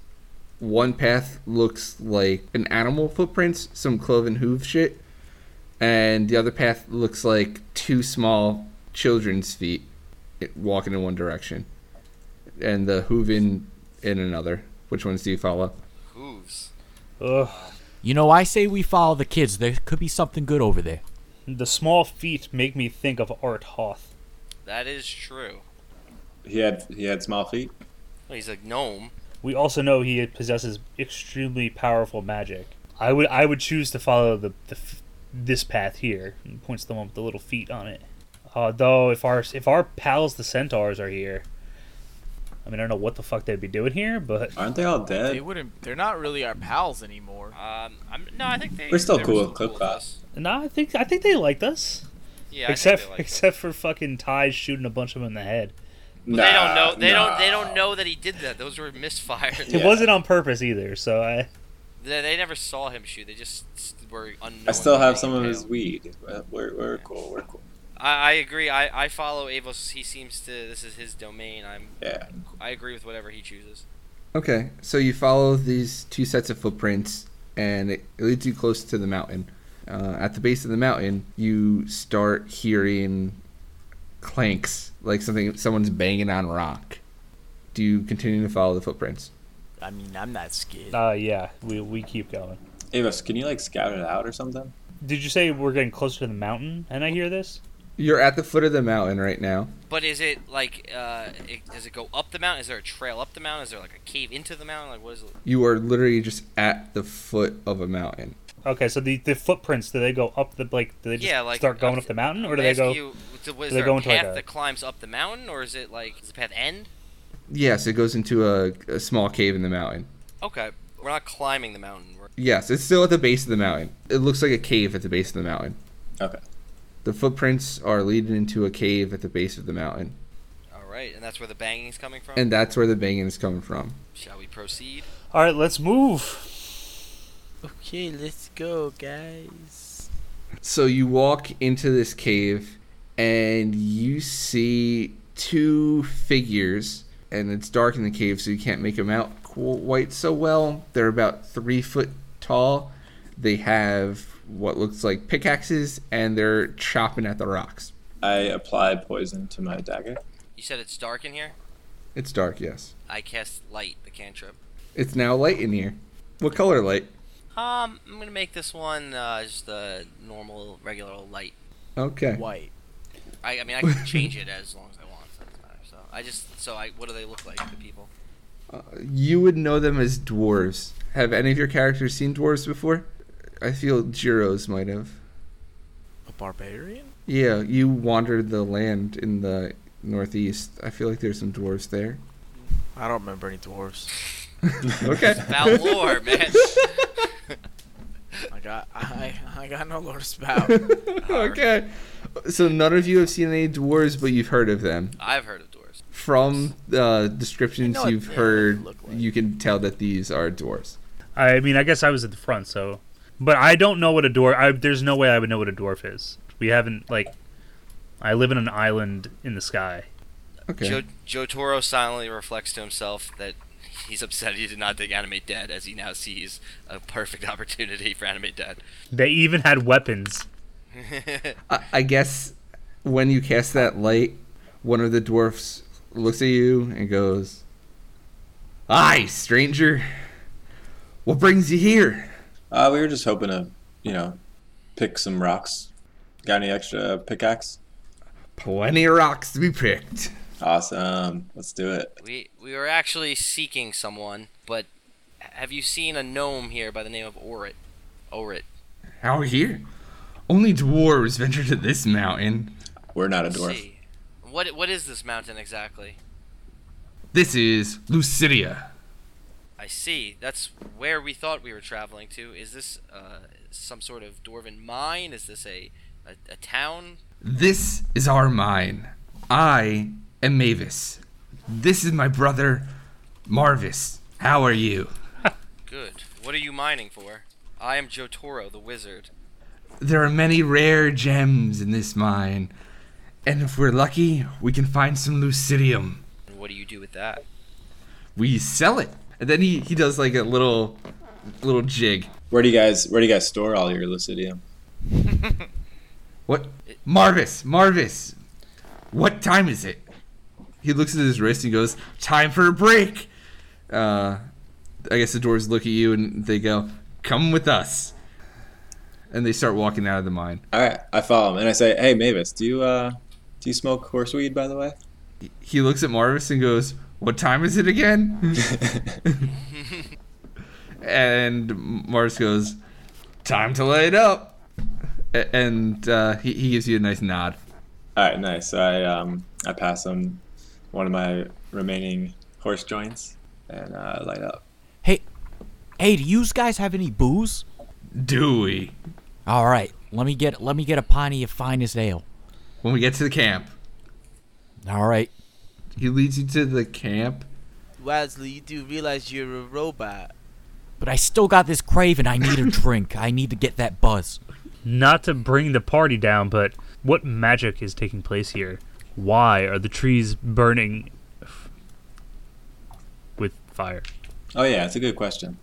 S1: One path looks like an animal footprints, some cloven hoof shit, and the other path looks like two small children's feet it- walking in one direction, and the hooving in another. Which ones do you follow?
S4: Hooves.
S5: Ugh.
S6: You know, I say we follow the kids. There could be something good over there.
S5: The small feet make me think of Art Hoth.
S4: That is true.
S2: He had he had small feet.
S4: Well, he's a gnome.
S5: We also know he possesses extremely powerful magic. I would I would choose to follow the, the f- this path here. And points to the one with the little feet on it. Although if our if our pals the centaurs are here, I mean I don't know what the fuck they'd be doing here, but
S2: Aren't they all
S3: They
S2: dead?
S3: wouldn't. They're not really our pals anymore.
S4: Um, I'm, no, I think they.
S2: We're still
S4: they were
S2: cool with Clip Clop.
S4: us.
S5: no, I think I think they liked us.
S4: Yeah, I think
S5: except
S4: they like us.
S5: except for fucking Ty shooting a bunch of them in the head.
S4: Well, they don't know. They
S2: nah.
S4: don't. They don't know that he did that. Those were misfires.
S5: It
S2: Yeah.
S5: wasn't on purpose either, so I
S4: They, they never saw him shoot. They just s- were unknown.
S2: I still have some of his weed. Uh, We're, we're cool. We're cool.
S4: I, I agree. I, I follow Avos. He seems to. This is his domain. I'm.
S2: Yeah.
S4: I agree with whatever he chooses.
S1: Okay, so you follow these two sets of footprints, and it leads you close to the mountain. Uh, at the base of the mountain, you start hearing clanks, like something someone's banging on rock. Do you continue to follow the footprints?
S7: I mean, I'm not scared.
S5: Uh, yeah, we, we keep going.
S2: Avos, can you like scout it out or something?
S5: Did you say we're getting closer to the mountain and I hear this?
S1: You're at the foot of the mountain right now.
S4: But is it like? Uh, it, does it go up the mountain? Is there a trail up the mountain? Is there like a cave into the mountain? Like what is it?
S1: You are literally just at the foot of a mountain.
S5: Okay, so the, the footprints, do they go up the, like, do they just
S4: Yeah, like, uh,
S5: start going
S4: up
S5: up the mountain or do
S4: I'm
S5: they
S4: asking
S5: go?
S4: You, so was
S5: do they
S4: there
S5: go
S4: a
S5: into, like,
S4: path
S5: a-
S4: that climbs up the mountain, or is it like does the path end?
S1: Yes, it goes into a, a small cave in the mountain.
S4: Okay, we're not climbing the mountain. We're,
S1: Yes, it's still at the base of the mountain. It looks like a cave at the base of the mountain.
S2: Okay.
S1: The footprints are leading into a cave at the base of the mountain,
S4: all right, and that's where the banging's coming from.
S1: and that's where the banging is coming from.
S4: Shall we proceed?
S5: All right, let's move.
S3: Okay, let's go, guys.
S1: So you walk into this cave, and you see two figures, and it's dark in the cave, so you can't make them out quite so well. They're about three foot tall. They have what looks like pickaxes, and they're chopping at the rocks.
S2: I apply poison to my dagger.
S4: You said it's dark in here.
S1: It's dark, yes.
S4: I cast light, the cantrip.
S1: It's now light in here. What color light?
S4: Um, I'm gonna make this one uh, just a normal, regular old light.
S1: Okay.
S7: White.
S4: I, I mean, I can change it as long as I want. So, it doesn't matter. so I just, so I, what do they look like, the people?
S1: Uh, you would know them as dwarves. Have any of your characters seen dwarves before? I feel Jiro's might have.
S7: A barbarian?
S1: Yeah, you wandered the land in the northeast. I feel like there's some dwarves there.
S3: I don't remember any dwarves.
S1: Okay.
S4: About lore, man.
S3: I got I I got no Lord Spout.
S1: okay. So none of you have seen any dwarves, but you've heard of them.
S4: I've heard of dwarves.
S1: From uh, descriptions
S7: I know what
S1: you've
S7: they
S1: heard,
S7: look like.
S1: you can tell that these are dwarves.
S5: I mean, I guess I was at the front, so. But I don't know what a dwarf. I, there's no way I would know what a dwarf is. We haven't like. I live in an island in the sky.
S1: Okay.
S4: Joe, Joe Toro silently reflects to himself that he's upset he did not dig Animate Dead, as he now sees a perfect opportunity for Animate Dead.
S5: They even had weapons.
S1: I, I guess when you cast that light, one of the dwarfs looks at you and goes, "Aye, stranger. What brings you here?"
S2: Uh, we were just hoping to, you know, pick some rocks. Got any extra pickaxe?
S1: Plenty of rocks to be picked.
S2: Awesome. Let's do it.
S4: we we were actually seeking someone, but have you seen a gnome here by the name of Orit? Orit.
S1: Out here, only dwarves venture to this mountain.
S2: We're not a
S4: Let's
S2: dwarf.
S4: see. What what is this mountain exactly?
S1: This is Lucidia.
S4: I see. That's where we thought we were traveling to. Is this uh, some sort of dwarven mine? Is this a, a, a town?
S1: This is our mine. I am Mavis. This is my brother, Marvis. How are you?
S4: Good. What are you mining for? I am Jotaro, the wizard.
S1: There are many rare gems in this mine, and if we're lucky, we can find some lucidium.
S4: And what do you do with that?
S1: We sell it. And then he, he does like a little little jig.
S2: Where do you guys Where do you guys store all your lucidium?
S1: What? Marvis, Marvis, what time is it? He looks at his wrist and goes, "Time for a break." Uh, I guess the dwarves look at you and they go, "Come with us." And they start walking out of the mine.
S2: All right, I follow him and I say, "Hey, Mavis, do you uh, do you smoke horseweed, by the way?"
S1: He looks at Marvis and goes, "What time is it again?" and Mars goes, "Time to light up," A- and uh, he he gives you a nice nod.
S2: All right, nice. So I um, I pass him one of my remaining horse joints and uh, light up.
S6: Hey, do you guys have any booze?
S1: Dewey.
S6: All right, let me get let me get a pint of your finest ale.
S1: When we get to the camp,
S6: All right,
S1: he leads you to the camp.
S3: Wesley, you do realize you're a robot.
S6: but I still got this craving. I need a drink. I need to get that buzz.
S5: not to bring the party down, but what magic is taking place here? Why are the trees burning f- with fire?
S2: Oh yeah, it's a good question.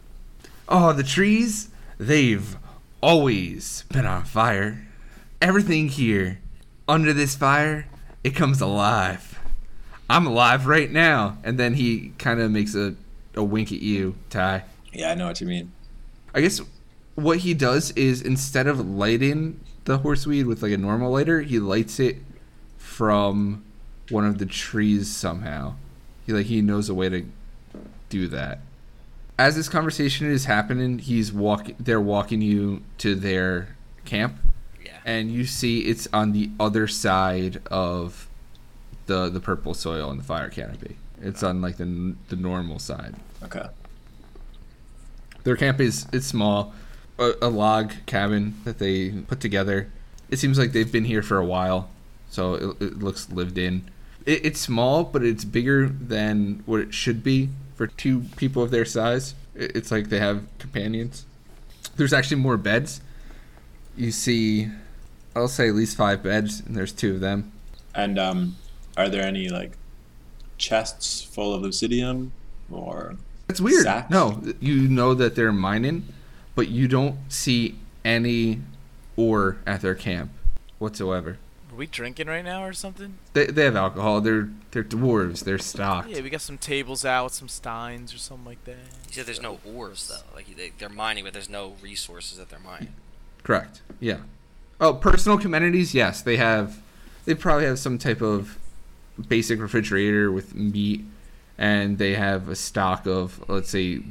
S1: Oh, the trees, they've always been on fire. Everything here under this fire, it comes alive. I'm alive right now. And then he kind of makes a, a wink at you, Ty.
S2: Yeah, I know what you mean.
S1: I guess what he does is instead of lighting the horseweed with like a normal lighter, he lights it from one of the trees somehow. He like he knows a way to do that. As this conversation is happening, he's walk they're walking you to their camp
S4: Yeah.
S1: and you see it's on the other side of the the purple soil and the fire canopy. It's on like the the normal side.
S2: Okay.
S1: Their camp is it's small, a, a log cabin that they put together. It seems like they've been here for a while, so it, it looks lived in. It, it's small, but it's bigger than what it should be for two people of their size. It, it's like they have companions. There's actually more beds. You see, I'll say at least five beds, and there's two of them.
S2: And um, are there any like chests full of lucidium or?
S1: It's weird.
S2: Sacks?
S1: No, you know that they're mining, but you don't see any ore at their camp whatsoever.
S3: Are we drinking right now or something?
S1: They, they have alcohol. They're they're dwarves. They're stocked.
S3: Yeah, we got some tables out, some steins or something like that.
S4: He said there's no ores though. Like they, they're mining, but there's no resources that they're mining.
S1: Correct. Yeah. Oh, personal amenities. Yes, they have. They probably have some type of basic refrigerator with meat, and they have a stock of let's say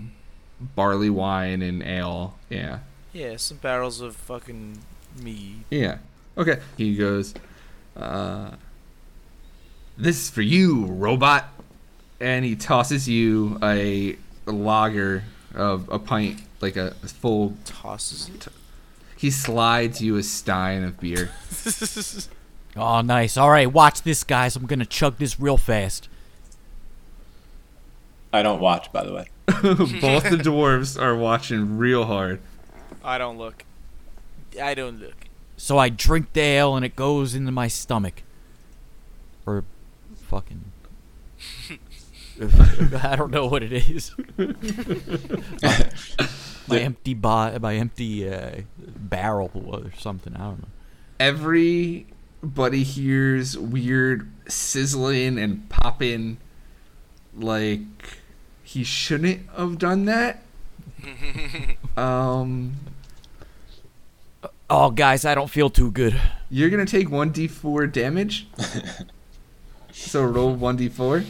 S1: barley wine and ale. Yeah.
S3: Yeah, some barrels of fucking mead.
S1: Yeah. Okay. He goes, uh, This is for you, robot. And he tosses you a, a lager of a pint, like a, a full.
S3: Tosses
S1: He slides you a stein of beer.
S3: it.
S6: Oh, nice. All right, watch this, guys. I'm gonna chug this real fast.
S2: I don't watch, by the way.
S1: Both the dwarves are watching real hard.
S3: I don't look. I don't look.
S6: So I drink the ale, and it goes into my stomach. Or, fucking. I don't know what it is. my empty bo- my empty uh, barrel or something. I don't know.
S1: Everybody hears weird sizzling and popping. Like, he shouldn't have done that. um,
S6: Oh, guys, I don't feel too good.
S1: You're gonna take one d4 damage. so roll one d4.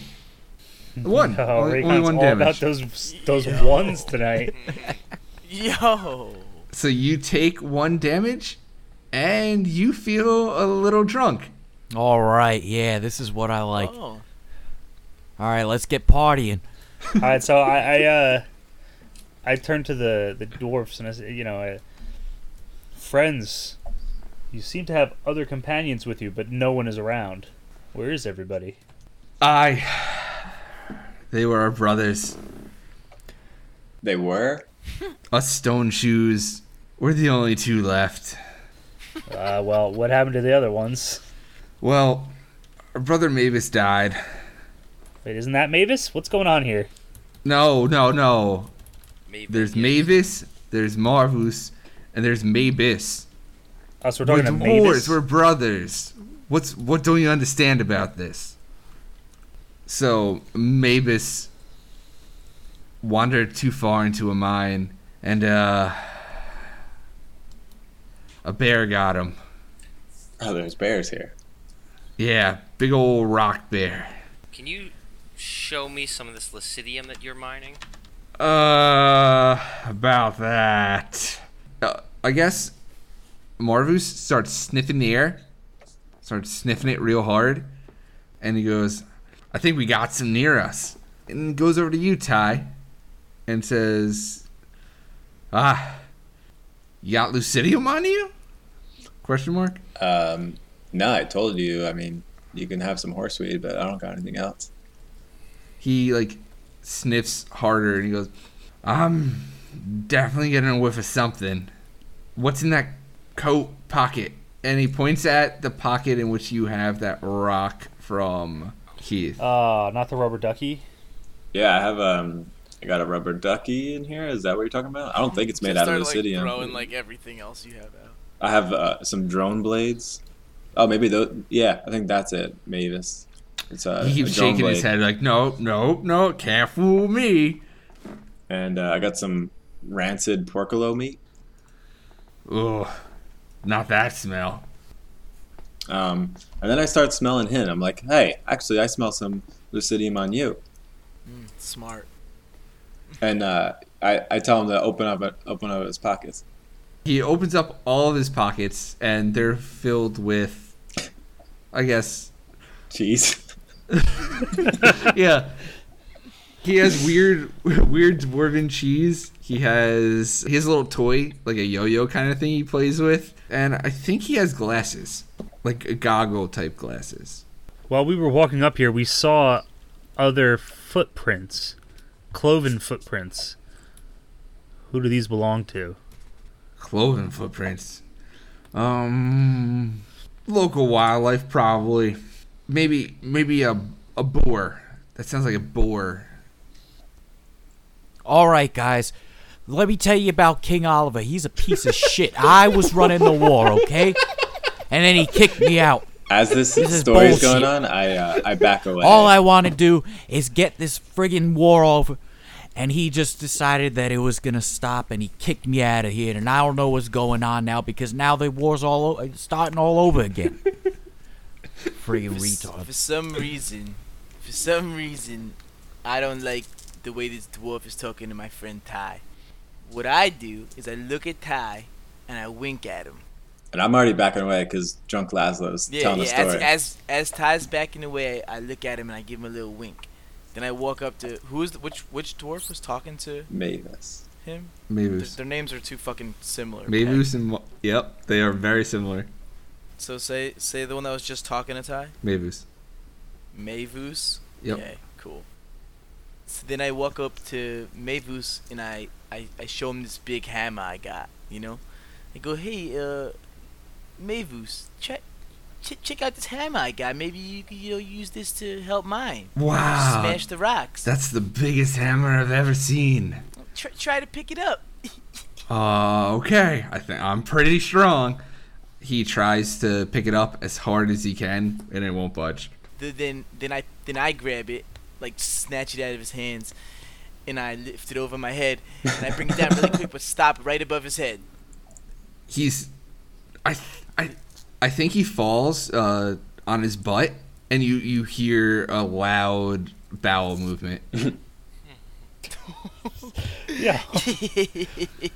S1: One.
S5: Oh,
S1: only only
S5: Raycon's
S1: one
S5: all
S1: damage.
S5: about those those ones tonight.
S3: Yo.
S1: So you take one damage, and you feel a little drunk.
S6: All right, yeah, this is what I like. All
S3: oh.
S6: right, let's get partying.
S5: All right, so I, I uh, I turned to the the dwarfs and I said, you know, uh, friends, you seem to have other companions with you, but no one is around. Where is everybody?
S1: I. They were our brothers.
S2: They were.
S1: Us stone shoes. We're the only two left.
S5: Uh, well, what happened to the other ones?
S1: Well, our brother Mavis died.
S5: Wait, isn't that Mavis? What's going on here?
S1: No, no, no.
S4: Maybe
S1: There's
S4: yeah.
S1: Mavis. There's Marvus, and there's Mavis.
S5: Oh, so we're talking to
S1: we're
S5: Mavis.
S1: dwarves. We're brothers. What's what don't you understand about this? So Mavis wandered too far into a mine, and uh, a bear got him.
S2: Oh, there's bears here.
S1: Yeah, big old rock bear.
S4: Can you show me some of this lucidium that you're mining?
S1: Uh, about that. Uh, I guess Marvus starts sniffing the air, starts sniffing it real hard, and he goes, I think we got some near us. And goes over to you, Ty, and says, Ah, you got Lucidium on you? Question mark?
S2: Um, no, I told you. I mean, you can have some horseweed, but I don't got anything else.
S1: he like sniffs harder and he goes, "I'm definitely getting a whiff of something. What's in that coat pocket, and he points at the pocket in which you have that rock from Keith.
S5: Uh, not the rubber ducky.
S2: Yeah, I have um, I got a rubber ducky in here. Is that what you're talking about? I don't think it's made
S3: Just
S2: out of
S3: start,
S2: obsidian.
S3: Like, throwing like everything else you have out.
S2: I have uh, some drone blades. Oh, maybe those. Yeah, I think that's it, Mavis. It's uh, a.
S1: he keeps
S2: drone
S1: shaking his
S2: blade.
S1: head like, no, no, no, can't fool me.
S2: And uh, I got some rancid porcolo meat.
S1: Ugh, not that smell.
S2: Um, and then I start smelling him. I'm like, hey, actually, I smell some lucidium on you.
S3: Smart.
S2: And uh, I, I tell him to open up open up his pockets.
S1: He opens up all of his pockets, and they're filled with, I guess,
S2: Jeez.
S1: yeah. He has weird, weird dwarven cheese. He has he has a little toy, like a yo-yo kind of thing he plays with, and I think he has glasses, like goggle type glasses.
S5: While we were walking up here, we saw other footprints, cloven footprints. Who do these belong to?
S1: Cloven footprints. Um, local wildlife probably. Maybe maybe a a boar. That sounds like a boar.
S6: All right, guys. Let me tell you about King Oliver. He's a piece of shit. I was running the war, okay? And then he kicked me out.
S2: As this,
S6: is
S2: story is
S6: bullshit.
S2: going on, I uh, I back away.
S6: All I want to do is get this friggin' war over. And he just decided that it was going to stop and he kicked me out of here. And I don't know what's going on now because now the war's all o- starting all over again. Friggin'
S3: For s-
S6: retard.
S3: For some reason, for some reason, I don't like the way this dwarf is talking to my friend Ty. What I do is I look at Ty and I wink at him.
S2: and I'm already backing away because Drunk Laszlo's
S3: Yeah,
S2: telling
S3: yeah.
S2: the
S3: As,
S2: story.
S3: as as Ty's backing away, I look at him and I give him a little wink. Then I walk up to who's the, which which dwarf was talking to
S2: Mavis.
S3: him. Their,
S1: Mabus.
S3: their names are too fucking similar. Pat.
S1: Mabus and Wa- yep, they are very similar.
S3: So say say the one that was just talking to Ty.
S1: Mabus.
S3: Mavus.
S1: Yep.
S3: Okay, cool. So then I walk up to Mavus and I, I, I show him this big hammer I got, you know? I go, hey, uh, Mavus, check, ch- check out this hammer I got. Maybe you could, you know, use this to help mine.
S1: Wow.
S3: Smash the rocks.
S1: That's the biggest hammer I've ever seen.
S3: Try, try to pick it up.
S1: Uh, okay. I think I'm pretty strong. He tries to pick it up as hard as he can, and it won't budge.
S3: Th- Then, then I, then I grab it, like snatch it out of his hands, and I lift it over my head, and I bring it down really quick, but stop right above his head.
S1: He's, I, I, I think he falls uh, on his butt, and you you hear a loud bowel movement.
S5: Yeah.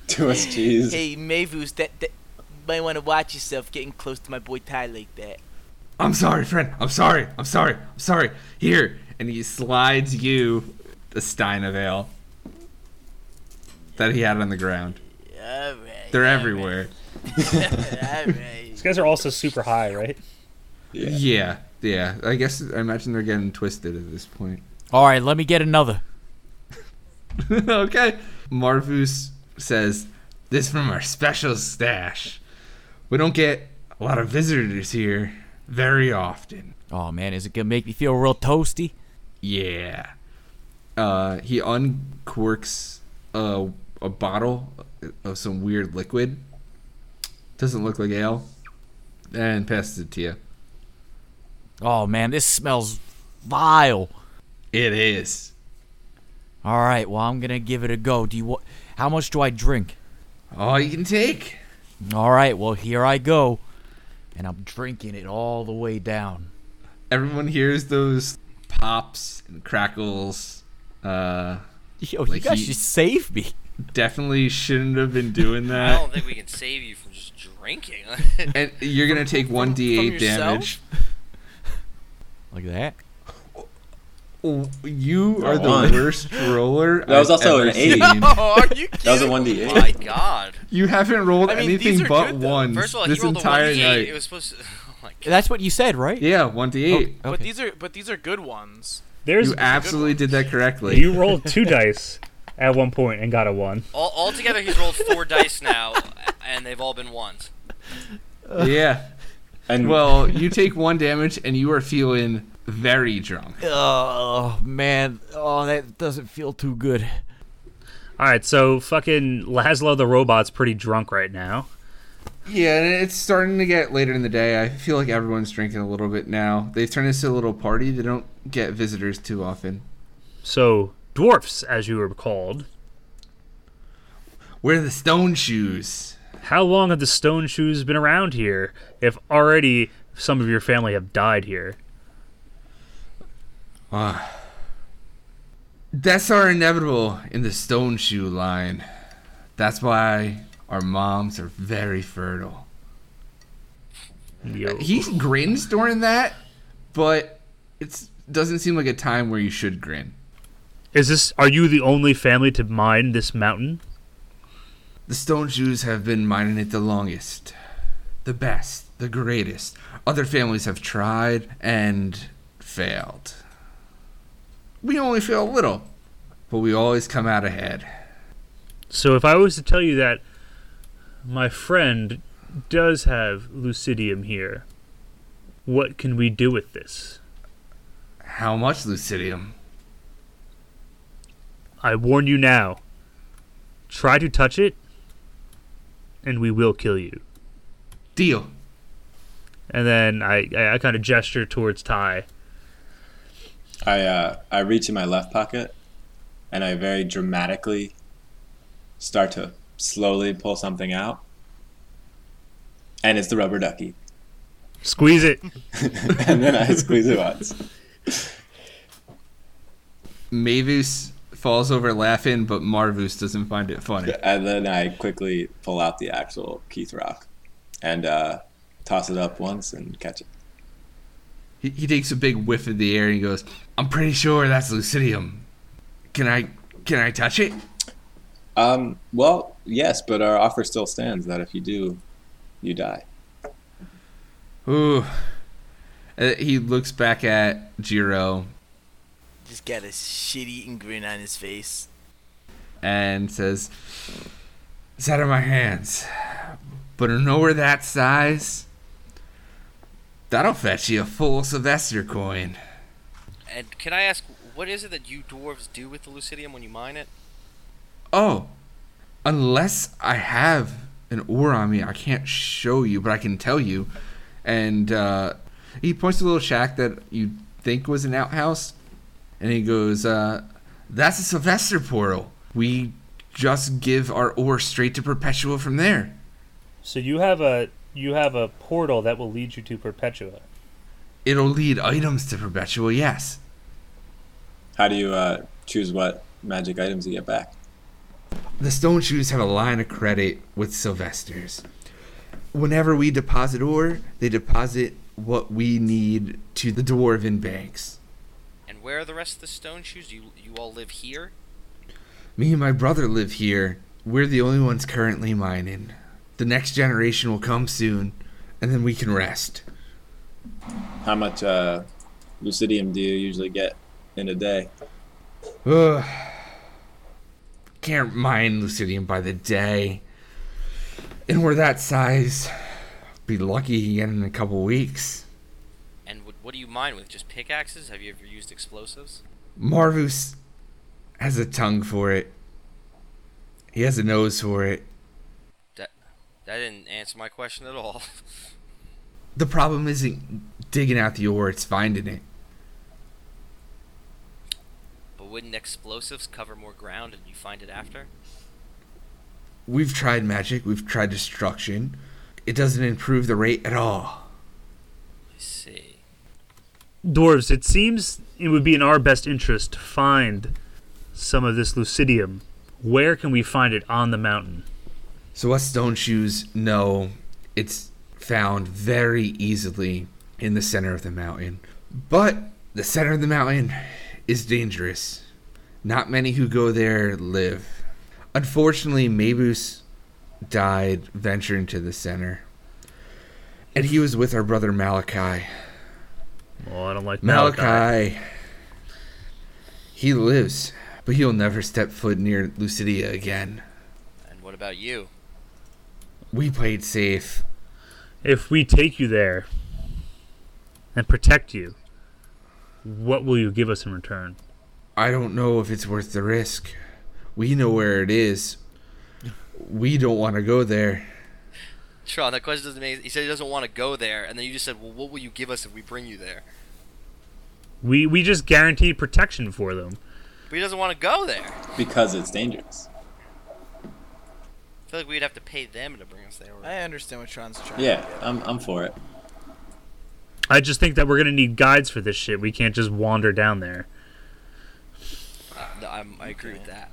S2: Too much cheese.
S3: Hey, Mavus, that, that might want to watch yourself getting close to my boy Ty like that.
S1: I'm sorry, friend. I'm sorry. I'm sorry. I'm sorry. Here, and he slides you a stein of ale that he had on the ground.
S3: All right.
S1: They're everywhere.
S3: All right.
S5: These guys are also super high, right?
S2: Yeah.
S1: Yeah, yeah. I guess I imagine they're getting twisted at this point.
S6: All right, let me get another.
S1: okay. Marvus says, "This from our special stash. We don't get a lot of visitors here very often."
S6: Oh, man, is it going to make me feel real toasty?
S1: Yeah. Uh, he uncorks a, a bottle of some weird liquid. Doesn't look like ale. And passes it to you.
S6: Oh, man, this smells vile.
S1: It is.
S6: All right, well, I'm going to give it a go. Do you want. How much do I drink?
S1: All you can take.
S6: All right, well, here I go. And I'm drinking it all the way down.
S1: Everyone hears those pops and crackles. Uh,
S6: Yo,
S1: Like
S6: you guys
S1: he-
S6: should save me.
S1: definitely shouldn't have been doing
S4: I
S1: that.
S4: don't think we can save you from just drinking.
S1: And you're gonna take one d8 damage.
S3: yourself?
S6: Like that.
S1: Oh, You are the
S2: One.
S1: worst roller.
S2: That was
S1: I've
S2: also
S1: ever
S2: an eight.
S1: seen.
S3: Oh, are you kidding?
S2: That was a
S4: Oh
S2: 1d8.
S4: my God.
S1: You haven't rolled
S3: I mean, these
S1: anything
S3: are
S1: but
S3: good, though.
S1: ones
S4: First of all,
S1: this
S4: he rolled a
S1: entire
S4: 1d8.
S1: night.
S4: It was supposed to. Oh my God.
S6: That's what you said, right?
S1: yeah, one d eight.
S6: Oh,
S3: But
S6: okay.
S3: these are but these are good ones.
S5: There's
S1: You absolutely did that correctly.
S5: you rolled two dice at one point and got a one.
S4: All, altogether, he's rolled four dice now, and they've all been ones.
S1: yeah.
S2: And
S1: Well, you take one damage and you are feeling very drunk.
S6: Oh man, oh that doesn't feel too good.
S5: All right, so fucking Laszlo the robot's pretty drunk right now.
S1: Yeah, and it's starting to get later in the day. I feel like everyone's drinking a little bit now. They've turned this into a little party. They don't get visitors too often.
S5: So dwarfs, as you were called.
S1: Where are the stone shoes?
S5: How long have the stone shoes been around here? If already some of your family have died here.
S1: Ah. Deaths are inevitable in the stone shoe line. That's why our moms are very fertile.
S5: Yo.
S1: He grins during that, but it doesn't seem like a time where you should grin.
S5: Is this? Are you the only family to mine this mountain?
S1: The stone shoes have been mining it the longest, the best, the greatest. Other families have tried and failed. We only fail a little, but we always come out ahead.
S5: So if I was to tell you that my friend does have lucidium here, what can we do with this?
S1: How much lucidium?
S5: I warn you now. Try to touch it, and we will kill you.
S1: Deal.
S5: And then I, I, I kind of gesture towards Ty.
S2: I uh, I reach in my left pocket, and I very dramatically start to slowly pull something out, and it's the rubber ducky.
S5: Squeeze it.
S2: and then I squeeze it once.
S1: Mavus falls over laughing, but Marvus doesn't find it funny.
S2: And then I quickly pull out the actual Keith Rock and uh, toss it up once and catch it.
S1: He, he takes a big whiff of the air and he goes, "I'm pretty sure that's lucidium. Can I can I touch it?"
S2: Um, well, yes, but our offer still stands that if you do, you die.
S1: Ooh. Uh, he looks back at Jiro
S3: Just got a shit-eating grin on his face.
S1: and says, "It's out of my hands, but an over that size, that'll fetch you a full Sylvester coin."
S4: And can I ask, what is it that you dwarves do with the lucidium when you mine it?
S1: Oh, unless I have an ore on me, I can't show you, but I can tell you. And uh, he points to a little shack that you think was an outhouse, and he goes, uh, "That's a Sylvester portal. We just give our ore straight to Perpetua from there."
S5: So you have a you have a portal that will lead you to Perpetua.
S1: It'll lead items to Perpetua, yes.
S2: How do you uh, choose what magic items you get back?
S1: The Stone Shoes have a line of credit with Sylvester's. Whenever we deposit ore, they deposit what we need to the Dwarven banks.
S4: And where are the rest of the stone shoes? You you all live here?
S1: Me and my brother live here. We're the only ones currently mining. The next generation will come soon, and then we can rest.
S2: How much uh, lucidium do you usually get in a day?
S1: Ugh. Can't mine Lucidium by the day. And we're that size. Be lucky again in a couple weeks.
S4: And what, what do you mine with? Just pickaxes? Have you ever used explosives?
S1: Marvus has a tongue for it. He has a nose for it.
S4: That didn't answer my question at all.
S1: The problem isn't digging out the ore, it's finding it.
S4: but wouldn't explosives cover more ground and you find it after?
S1: We've tried magic, we've tried destruction. It doesn't improve the rate at all.
S4: I see.
S5: Dwarves, it seems it would be in our best interest to find some of this lucidium. Where can we find it on the mountain?
S1: So, us stone shoes know it's found very easily in the center of the mountain. But the center of the mountain is dangerous. Not many who go there live. Unfortunately, Mabus died venturing to the center. And he was with our brother Malachi.
S5: Oh, I don't like Malachi.
S1: Malachi. He lives, but he'll never step foot near Lucidia again.
S4: And what about you?
S1: We played safe.
S5: If we take you there and protect you, what will you give us in return?
S1: I don't know if it's worth the risk. We know where it is. We don't want to go there.
S4: Sean, that question doesn't make. He said he doesn't want to go there, and then you just said, "Well, what will you give us if we bring you there?"
S5: We we just guarantee protection for them.
S4: But he doesn't want to go there. I
S2: because it's dangerous.
S4: feel like we'd have to pay them to bring us there. or-
S3: I understand what Sean's trying.
S2: Yeah, I'm, I'm for it.
S5: I just think that we're gonna need guides for this shit. We can't just wander down there.
S4: No, I'm, I agree with that.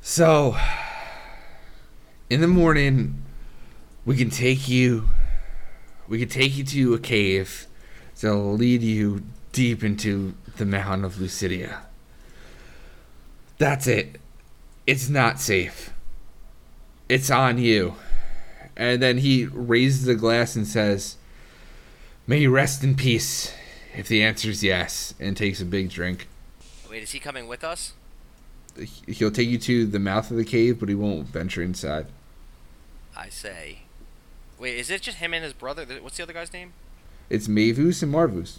S1: So, in the morning, we can take you. We can take you to a cave that'll lead you deep into the mountain of Lucidia. That's it. It's not safe. It's on you. And then he raises the glass and says, May you rest in peace. If the answer is yes, and takes a big drink
S4: Wait, is he coming with us?
S1: he'll take you to the mouth of the cave, but he won't venture inside.
S4: I say. Wait, is it just him and his brother? Th- What's the other guy's name?
S1: It's Mavus and Marvus,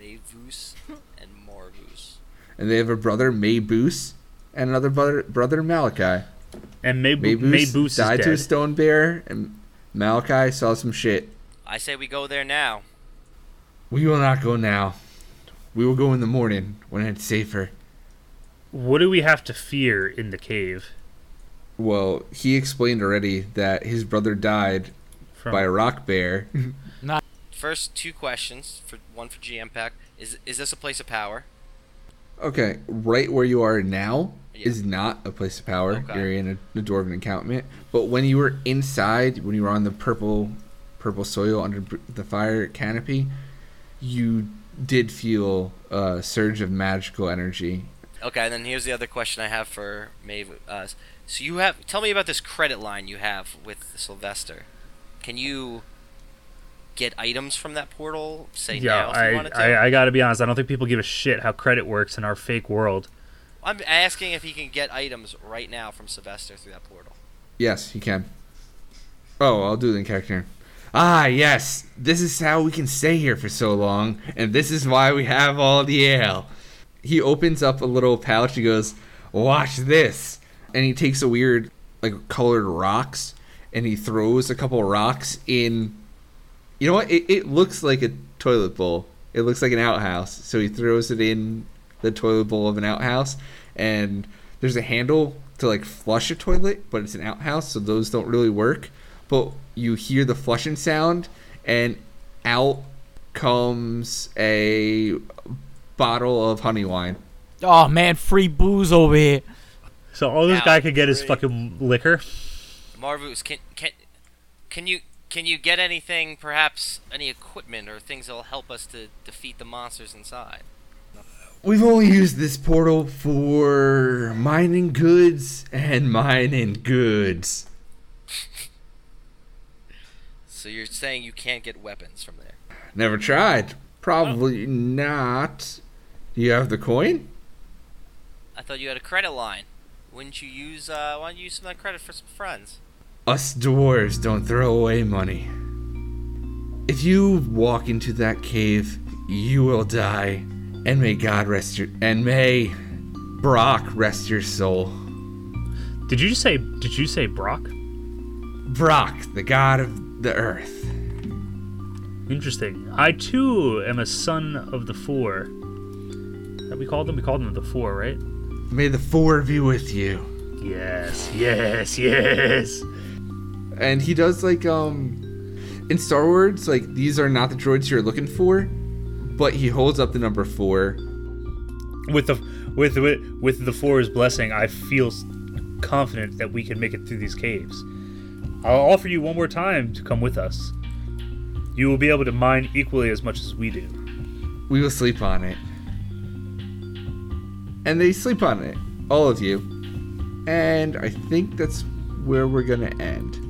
S4: Mavus and Morvus.
S1: and they have a brother Mabus and another brother brother Malachi.
S5: And maybe
S1: Mabus,
S5: Mayboos is
S1: died
S5: dead.
S1: to a stone bear, and Malachi saw some shit.
S4: I say we go there now.
S1: We will not go now. We will go in the morning when it's safer.
S5: What do we have to fear in the cave?
S1: Well, he explained already that his brother died
S5: From
S1: by a rock bear.
S4: First two questions for one for GM Pack. Is is this a place of power?
S1: Okay, right where you are now
S4: Yeah.
S1: is not a place of power.
S4: Okay.
S1: You're in a, a dwarven encampment. But when you were inside, when you were on the purple, purple soil under b- the fire canopy, you did feel a surge of magical energy.
S4: Okay, and then here's the other question I have for Mav. Uh, so you have tell me about this credit line you have with Sylvester. Can you get items from that portal? Say
S5: yeah,
S4: now if you
S5: I,
S4: wanted to.
S5: I I gotta be honest. I don't think people give a shit how credit works in our fake world.
S4: I'm asking if he can get items right now from Sylvester through that portal.
S1: Yes, you can. Oh, I'll do it in character. Ah, yes. This is how we can stay here for so long, and this is why we have all the ale. He opens up a little pouch and goes, "Watch this." And he takes a weird, like, colored rocks, and he throws a couple rocks in. You know what? It, it looks like a toilet bowl. It looks like an outhouse. So he throws it in the toilet bowl of an outhouse, and there's a handle to like flush a toilet, but it's an outhouse, so those don't really work. But you hear the flushing sound, and out comes a bottle of honey wine.
S6: Oh man, free booze over here.
S5: So all this
S4: Now,
S5: guy could get is
S4: great.
S5: fucking liquor.
S4: Marvus, can can can you can you get anything, perhaps any equipment or things that'll help us to defeat the monsters inside?
S1: We've only used this portal for mining goods and mining goods.
S4: So you're saying you can't get weapons from there?
S1: Never tried. Probably not. Do you have the coin?
S4: I thought you had a credit line. Wouldn't you use? Uh, why don't you use some of that credit for some friends?
S1: Us dwarves don't throw away money. If you walk into that cave, you will die, and may God rest your and may Brock rest your soul.
S5: Did you just say? Did you say Brock?
S1: Brock, the god of the earth.
S5: Interesting. I too am a son of the four. That we called them. We called them the four, right?
S1: May the four be with you.
S5: Yes, yes, yes.
S1: And he does like um in Star Wars, like these are not the droids you're looking for, but he holds up the number four.
S5: With the with with, with the four's blessing, I feel s- confident that we can make it through these caves. I'll offer you one more time to come with us. You will be able to mine equally as much as we do.
S1: We will sleep on it. And they sleep on it, all of you. And I think that's where we're gonna end.